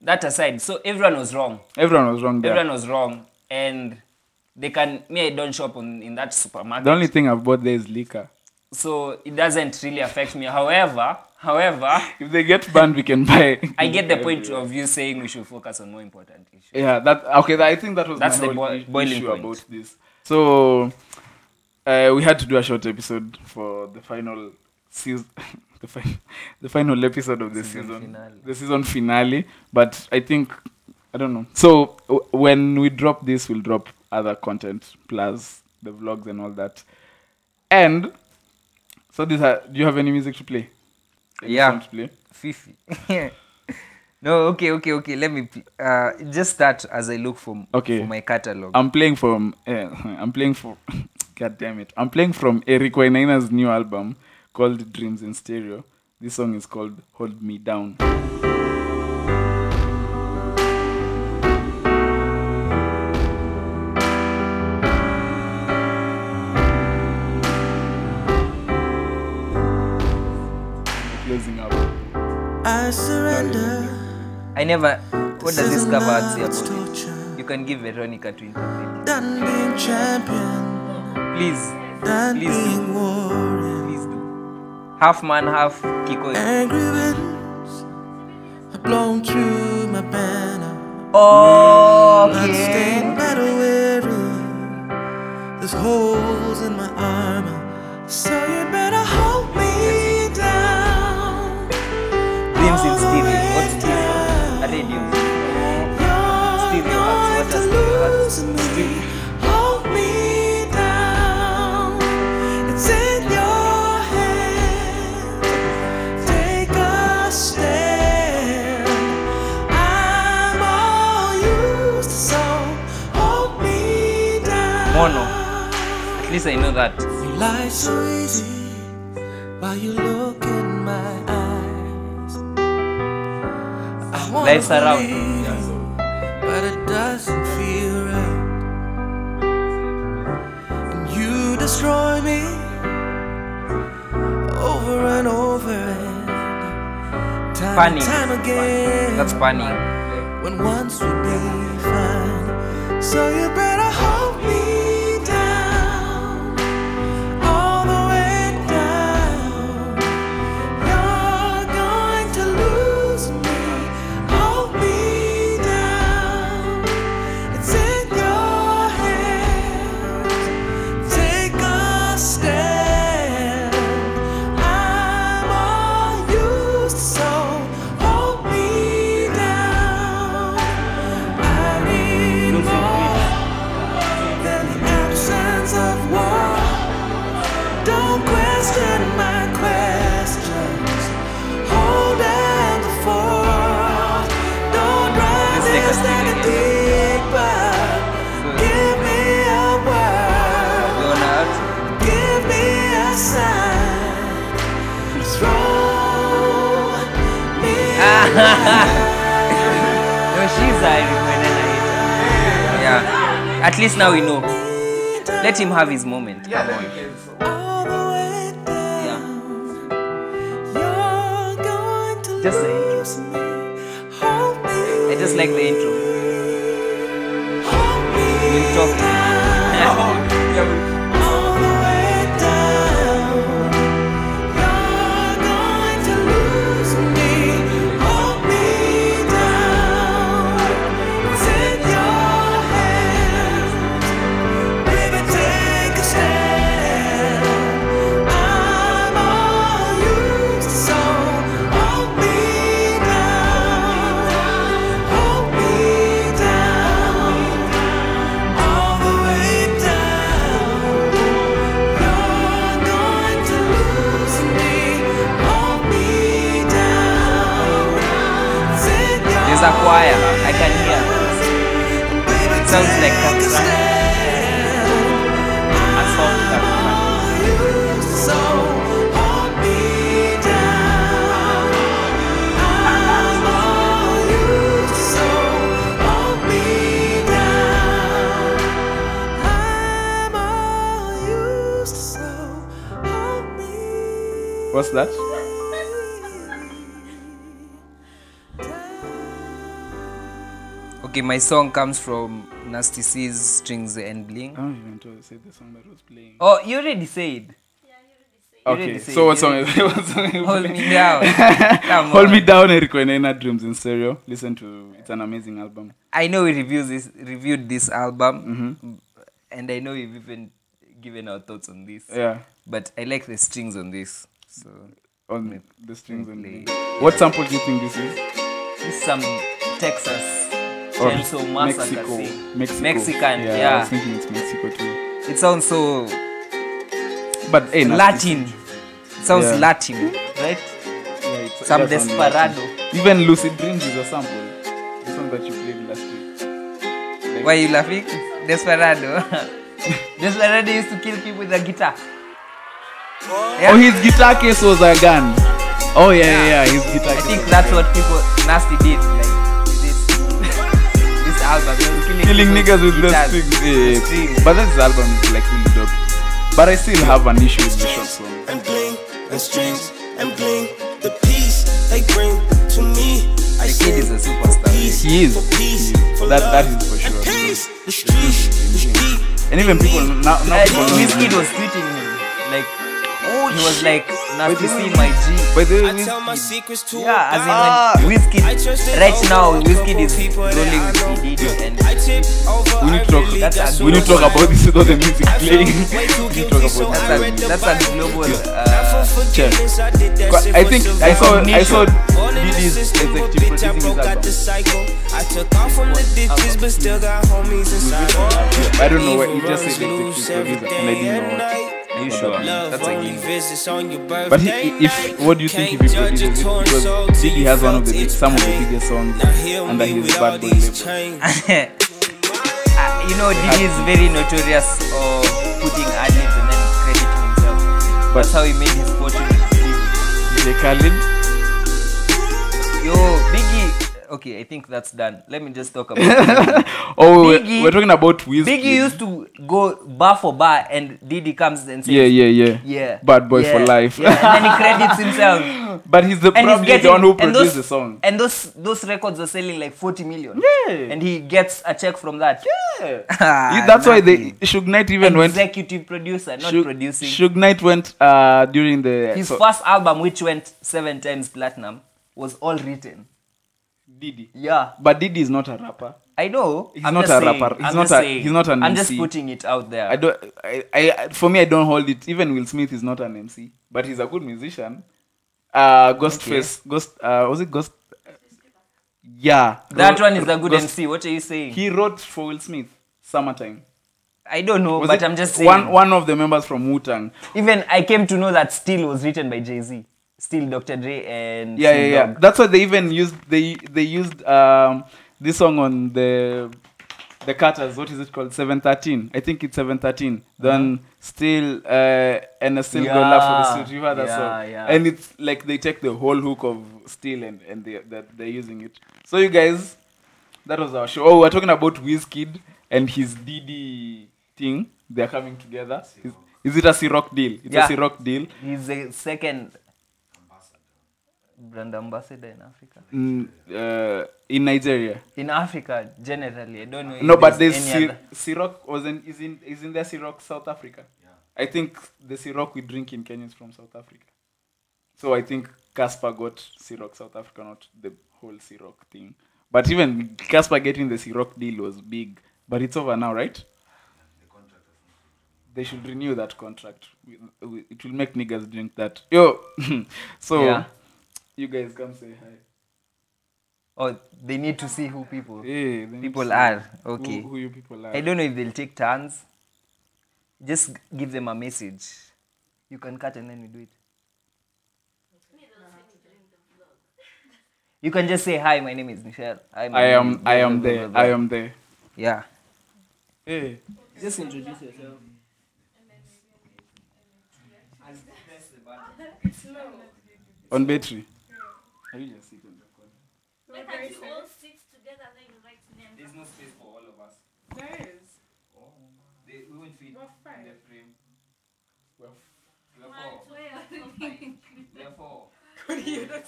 S7: that aside, so everyone was wrong.
S6: Everyone was wrong there.
S7: Everyone was wrong, and they can. Me, I don't shop on, in that supermarket,
S6: the only thing I've bought there is liquor.
S7: so it doesn't really affect me. However, however,
S6: If they get banned, we can buy.
S7: I get the point of you saying we should focus on more important issues.
S6: Yeah, that okay. that- I think that was
S7: That's
S6: my
S7: the
S6: whole
S7: boi-
S6: i-
S7: boiling
S6: issue
S7: point.
S6: about this. So uh, we had to do a short episode for the final season, the, fi- the final episode of the season, the season finale. But I think I don't know. So w- when we drop this, we'll drop other content plus the vlogs and all that. And so this, ha- do you have any music to play? Any
S4: Yeah.
S6: song to play?
S4: Fifi. no, okay, okay, okay. Let me pl- uh, just start as I look for,
S6: Okay. Um,
S4: for my catalog.
S6: I'm eh, playing from. Uh, I'm playing for. God damn it. I'm playing from Eric Wainaina's new album called Dreams in Stereo. This song is called Hold Me Down. Closing up.
S8: I surrender.
S7: I never. What does this cover art say
S8: It's
S7: about
S8: torture.
S7: it? You can give Veronica to interpret.
S8: Done being champion.
S7: Please,
S8: Done
S7: Please do.
S8: being warrior.
S7: please do. Half man, half Kiko.
S8: Angry winds have blown through my banner.
S7: Oh,
S8: Blood stained
S7: okay.
S8: battle weary. There's holes in my armor. So you better hold me down.
S7: Dreams in
S8: all the
S7: stereo.
S8: way
S7: What's stereo? A
S8: down.
S7: radio.
S8: You're
S7: Stereo hats,
S8: going
S7: what
S8: to
S7: are stereo hats?
S8: lose me. Hold me down. It's in your hands. Take a stand. I'm all used, so hold me down.
S7: Mono. At least I know that.
S8: You lie so easy while you look in my eyes. I wanna
S7: Lights are out.
S8: believe, but it doesn't feel right. And you destroy me over and over and time
S7: Funny.
S8: and time again.
S7: That's funny.
S8: When once we be fine, so you better hold me down all the way down. You're going to lose me. Hold me down. It's in your hands. Take a stand. I'm all used, so hold me down. I need more than the absence of war. Don't question my questions. Hold out the fort. Don't drive
S7: Let's take a
S8: this
S7: swing
S8: any
S7: again.
S8: deeper. Give me a word.
S7: Leonard.
S8: Give me a sign. Throw me
S7: Ah. No, she's a Rihanna hater. Yeah. At least now we know. Let him have his moment. Come on.
S8: all the way down. You're going to
S7: Just the intro.
S8: lose me. Hold me
S7: I just like the intro.
S8: Hold me
S7: We'll talk.
S8: all the way down. You're going to lose me. Hold me down. It's in your hands. Baby, take a stand. I'm all used, so hold me down. Hold me down. All the way down, you're going to lose me. Hold me down. Sit your
S7: There's a choir. I can hear.
S8: baby,
S7: It sounds like
S8: take a
S7: Katra. A song Katra.
S8: stand. So hold me down. I'm all used, so hold me down. I'm all used, so hold me
S6: What's that?
S7: Okay, my song comes from Nasty C's Strings and Bling.
S6: I don't even want to say the song that was playing.
S7: Oh, you already said.
S6: Okay,
S7: didn't say
S6: so
S7: it.
S6: what
S7: You
S6: song is what song is
S7: Hold
S6: playing?
S7: me down. Come
S6: Hold
S7: on.
S6: Me Down, Eric Wainaina, Dreams in Stereo. Listen to it's an amazing album.
S7: I know we reviewed this reviewed this album,
S6: Mm-hmm.
S7: and I know we've even given our thoughts on this.
S6: Yeah,
S7: But I like the strings on this. So
S6: on the strings and the- What sample do you think this is?
S7: this is some Texas
S6: Or
S7: chainsaw massacre.
S6: Mexico.
S7: thing.
S6: Mexico.
S7: Mexican,
S6: Yeah, I was
S7: yeah.
S6: thinking it's Mexico too.
S7: It sounds so
S6: But hey, Nasty
S7: Latin. It sounds
S6: Yeah.
S7: Latin, right?
S6: C- yeah, it's-
S7: Some
S6: that's on Latin.
S7: desperado.
S6: Even Lucid Dreams is a sample. The song that you played last week.
S7: Why are you laughing? Desperado. This already used to kill people with a guitar.
S6: Oh, his guitar case was a gun. Oh yeah, yeah, yeah. His guitar
S7: I
S6: case.
S7: think
S6: was a
S7: that's
S6: gun.
S7: what people nasty did. Like this, this album, they were killing,
S6: killing
S7: people
S6: niggas with those
S7: guitars.
S6: things. Yeah, yeah.
S7: Strings.
S6: But this album is like really dope. But I still have an issue with the short song.
S8: and bling and strings and bling the peace they bring to me. I
S7: The kid is a
S8: sing
S7: superstar.
S8: peace
S6: He is.
S8: for peace, for
S6: That- that
S8: love
S6: is for
S8: and
S6: sure.
S8: peace. The streets, the street,
S6: And even people now, now
S7: Uh,
S6: people know his
S7: his kid
S6: music.
S7: was tweeting him. Like he
S6: Oh,
S7: was like, nasty see my G.
S6: By the way,
S8: I tell my
S6: Wizkid-
S8: secrets to
S7: Yeah, as in
S8: a
S7: when Whiskey,
S8: I trust in
S7: right now
S8: over a
S7: Whiskey
S8: couple
S7: is
S8: people that
S7: rolling
S8: I
S7: with P. Diddy and
S8: I tip over.
S6: we need to talk.
S8: I really
S7: That's
S8: got
S7: a-
S6: we need to talk
S8: suicide.
S6: about this without the music
S8: I felt
S6: playing.
S8: way
S6: we
S8: too
S6: need to
S8: guilty,
S6: talk
S8: so
S6: about
S8: I read
S7: that's a,
S8: the
S7: that's a
S8: Bible.
S7: global
S8: Not
S7: uh,
S8: for
S6: check.
S8: forgiveness, I did that
S6: this.
S8: shit
S6: I
S8: for
S6: think I saw I saw
S8: Born in the
S6: Diddy's
S8: system, but
S6: executive
S8: bitch, I
S6: producing his
S8: broke out the
S6: album.
S8: cycle. I took off from the ditches, but still got homies inside.
S6: I don't know what he
S8: Evil
S6: just
S8: runs
S6: said executive
S8: loose
S6: producer,
S8: every
S6: and I
S8: day
S6: didn't
S8: and
S6: know.
S8: night.
S7: Are you sure?
S8: Love
S7: That's
S8: only
S7: like
S8: visits on your
S6: But he,
S8: birthday
S6: if
S8: night.
S6: what do you think if
S8: Can't
S6: he
S8: judge a
S6: produces it?
S8: torn
S6: Because
S8: soul till
S6: Ziggy
S8: you
S6: has one of the
S8: felt
S6: big,
S8: its
S6: some of the
S8: pain.
S6: biggest songs
S8: Now hear
S6: under
S8: me
S6: his
S8: with all
S6: bad boy
S8: these
S6: label.
S8: chains.
S7: Uh, you know, Diddy is very notorious of putting ad libs and then crediting himself.
S6: But-
S7: That's how he made his fortune.
S6: DJ Khaled,
S7: Yo, Biggie. Okay, I think that's done. Let me just talk about.
S6: oh we're-
S7: Biggie-
S6: we're talking about Wizkid.
S7: Biggie used to go bar for bar, and Diddy comes and says,
S6: yeah, yeah, yeah,
S7: yeah,
S6: Bad boy for
S7: yeah,
S6: life.
S7: yeah, and then he credits himself.
S6: But he's the
S7: and
S6: probably
S7: he's getting,
S6: the one who
S7: and
S6: produced
S7: those,
S6: the song.
S7: And those those records are selling like 40 million.
S6: Yeah.
S7: And he gets a check from that.
S6: Yeah.
S7: Ah,
S6: Yeah, That's why they
S7: nothing.
S6: Suge Knight even went.
S7: executive producer, not
S6: Suge-
S7: producing.
S6: Suge Knight went uh, during the
S7: His
S6: so-
S7: first album, which went seven times platinum, was all written.
S6: Diddy.
S7: Yeah,
S6: But Diddy is not a rapper.
S7: I know.
S6: He's
S7: I'm
S6: not
S7: just
S6: a
S7: saying,
S6: rapper. He's
S7: I'm
S6: not
S7: just
S6: a-
S7: saying.
S6: he's not an
S7: I'm just
S6: MC.
S7: putting it out there.
S6: I don't. I, I. I- For me, I don't hold it. Even Will Smith is not an MC, but he's a good musician. Uh, Ghostface. Ghost. Uh, was it Ghost? Yeah.
S7: that
S6: Ghost-
S7: one is a good
S6: Ghost-
S7: MC. What are you saying?
S6: He wrote for Will Smith. Summertime.
S7: I don't know,
S6: Was
S7: but
S6: it
S7: I'm just saying.
S6: One one of the members from Wu Tang.
S7: Even I came to know that Steel was written by Jay Z. Steel, Dr. Dre, and
S6: Yeah, yeah,
S7: Snoop
S6: yeah.
S7: Dogg.
S6: That's why they even used they they used um this song on the the Carters. What is it called? Seven thirteen. I think it's seven thirteen. Then still uh and a still go laugh for
S7: Mm-hmm. Yeah,
S6: the suit. You heard that
S7: yeah,
S6: song?
S7: yeah.
S6: And it's like they take the whole hook of steel and and they that they're using it. So you guys, that was our show. Oh, we're talking about Wizkid and his DD thing. They're coming together. Is, is it a Ciroc deal? It's
S7: Yeah.
S6: a Ciroc deal.
S7: He's the second brand ambassador in Africa.
S6: Mm, uh, in Nigeria.
S7: In Africa, generally, I don't know. if
S6: No, but
S7: there's
S6: there's
S7: any
S6: Cir-
S7: other-
S6: Ciroc wasn't is in is in there Ciroc South Africa. I think the Ciroc we drink in Kenya is from South Africa. So I think Casper got Ciroc South Africa, not the whole Ciroc thing. But even Casper getting the Ciroc deal was big. But it's over now, right? They should renew that contract. We, we, it will make niggas drink that. Yo, so
S7: Yeah.
S6: you guys come say hi.
S7: Oh, they need to see who people
S6: Hey, then
S7: people
S6: see
S7: are. Okay.
S6: Who, who you people are?
S7: I don't know if they'll take turns. Just g- give them a message. You can cut and then we do it. You can just say hi. My name is Michelle. Hi, my
S6: I
S7: name is
S6: am I
S7: blah,
S6: am
S7: blah, blah,
S6: there.
S7: blah,
S6: I
S7: blah."
S6: am there.
S7: Yeah.
S6: Hey.
S7: Just introduce yourself.
S6: On battery. Oh,
S9: There's no space for all of us. There is. Oh. They, we won't fit in the frame. We're, f- we're four. We're four.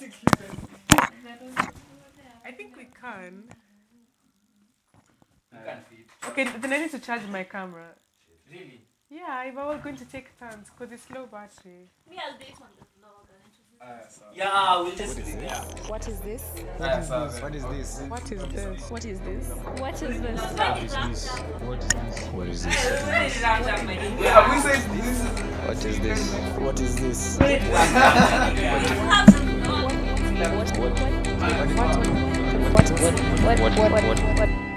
S2: I think we can.
S9: We can't fit.
S2: Okay, then I need to charge my camera.
S9: Really?
S2: Yeah, if I were going to take turns, because it's low battery.
S9: Yeah, we'll just do that.
S5: What is this?
S1: What is this?
S2: What is this?
S5: What is this? What is this?
S1: What is this?
S6: Have we said this is
S10: What
S1: What is this?
S10: is this?
S5: What? What? What? What? What? What? What? What? What? What? What?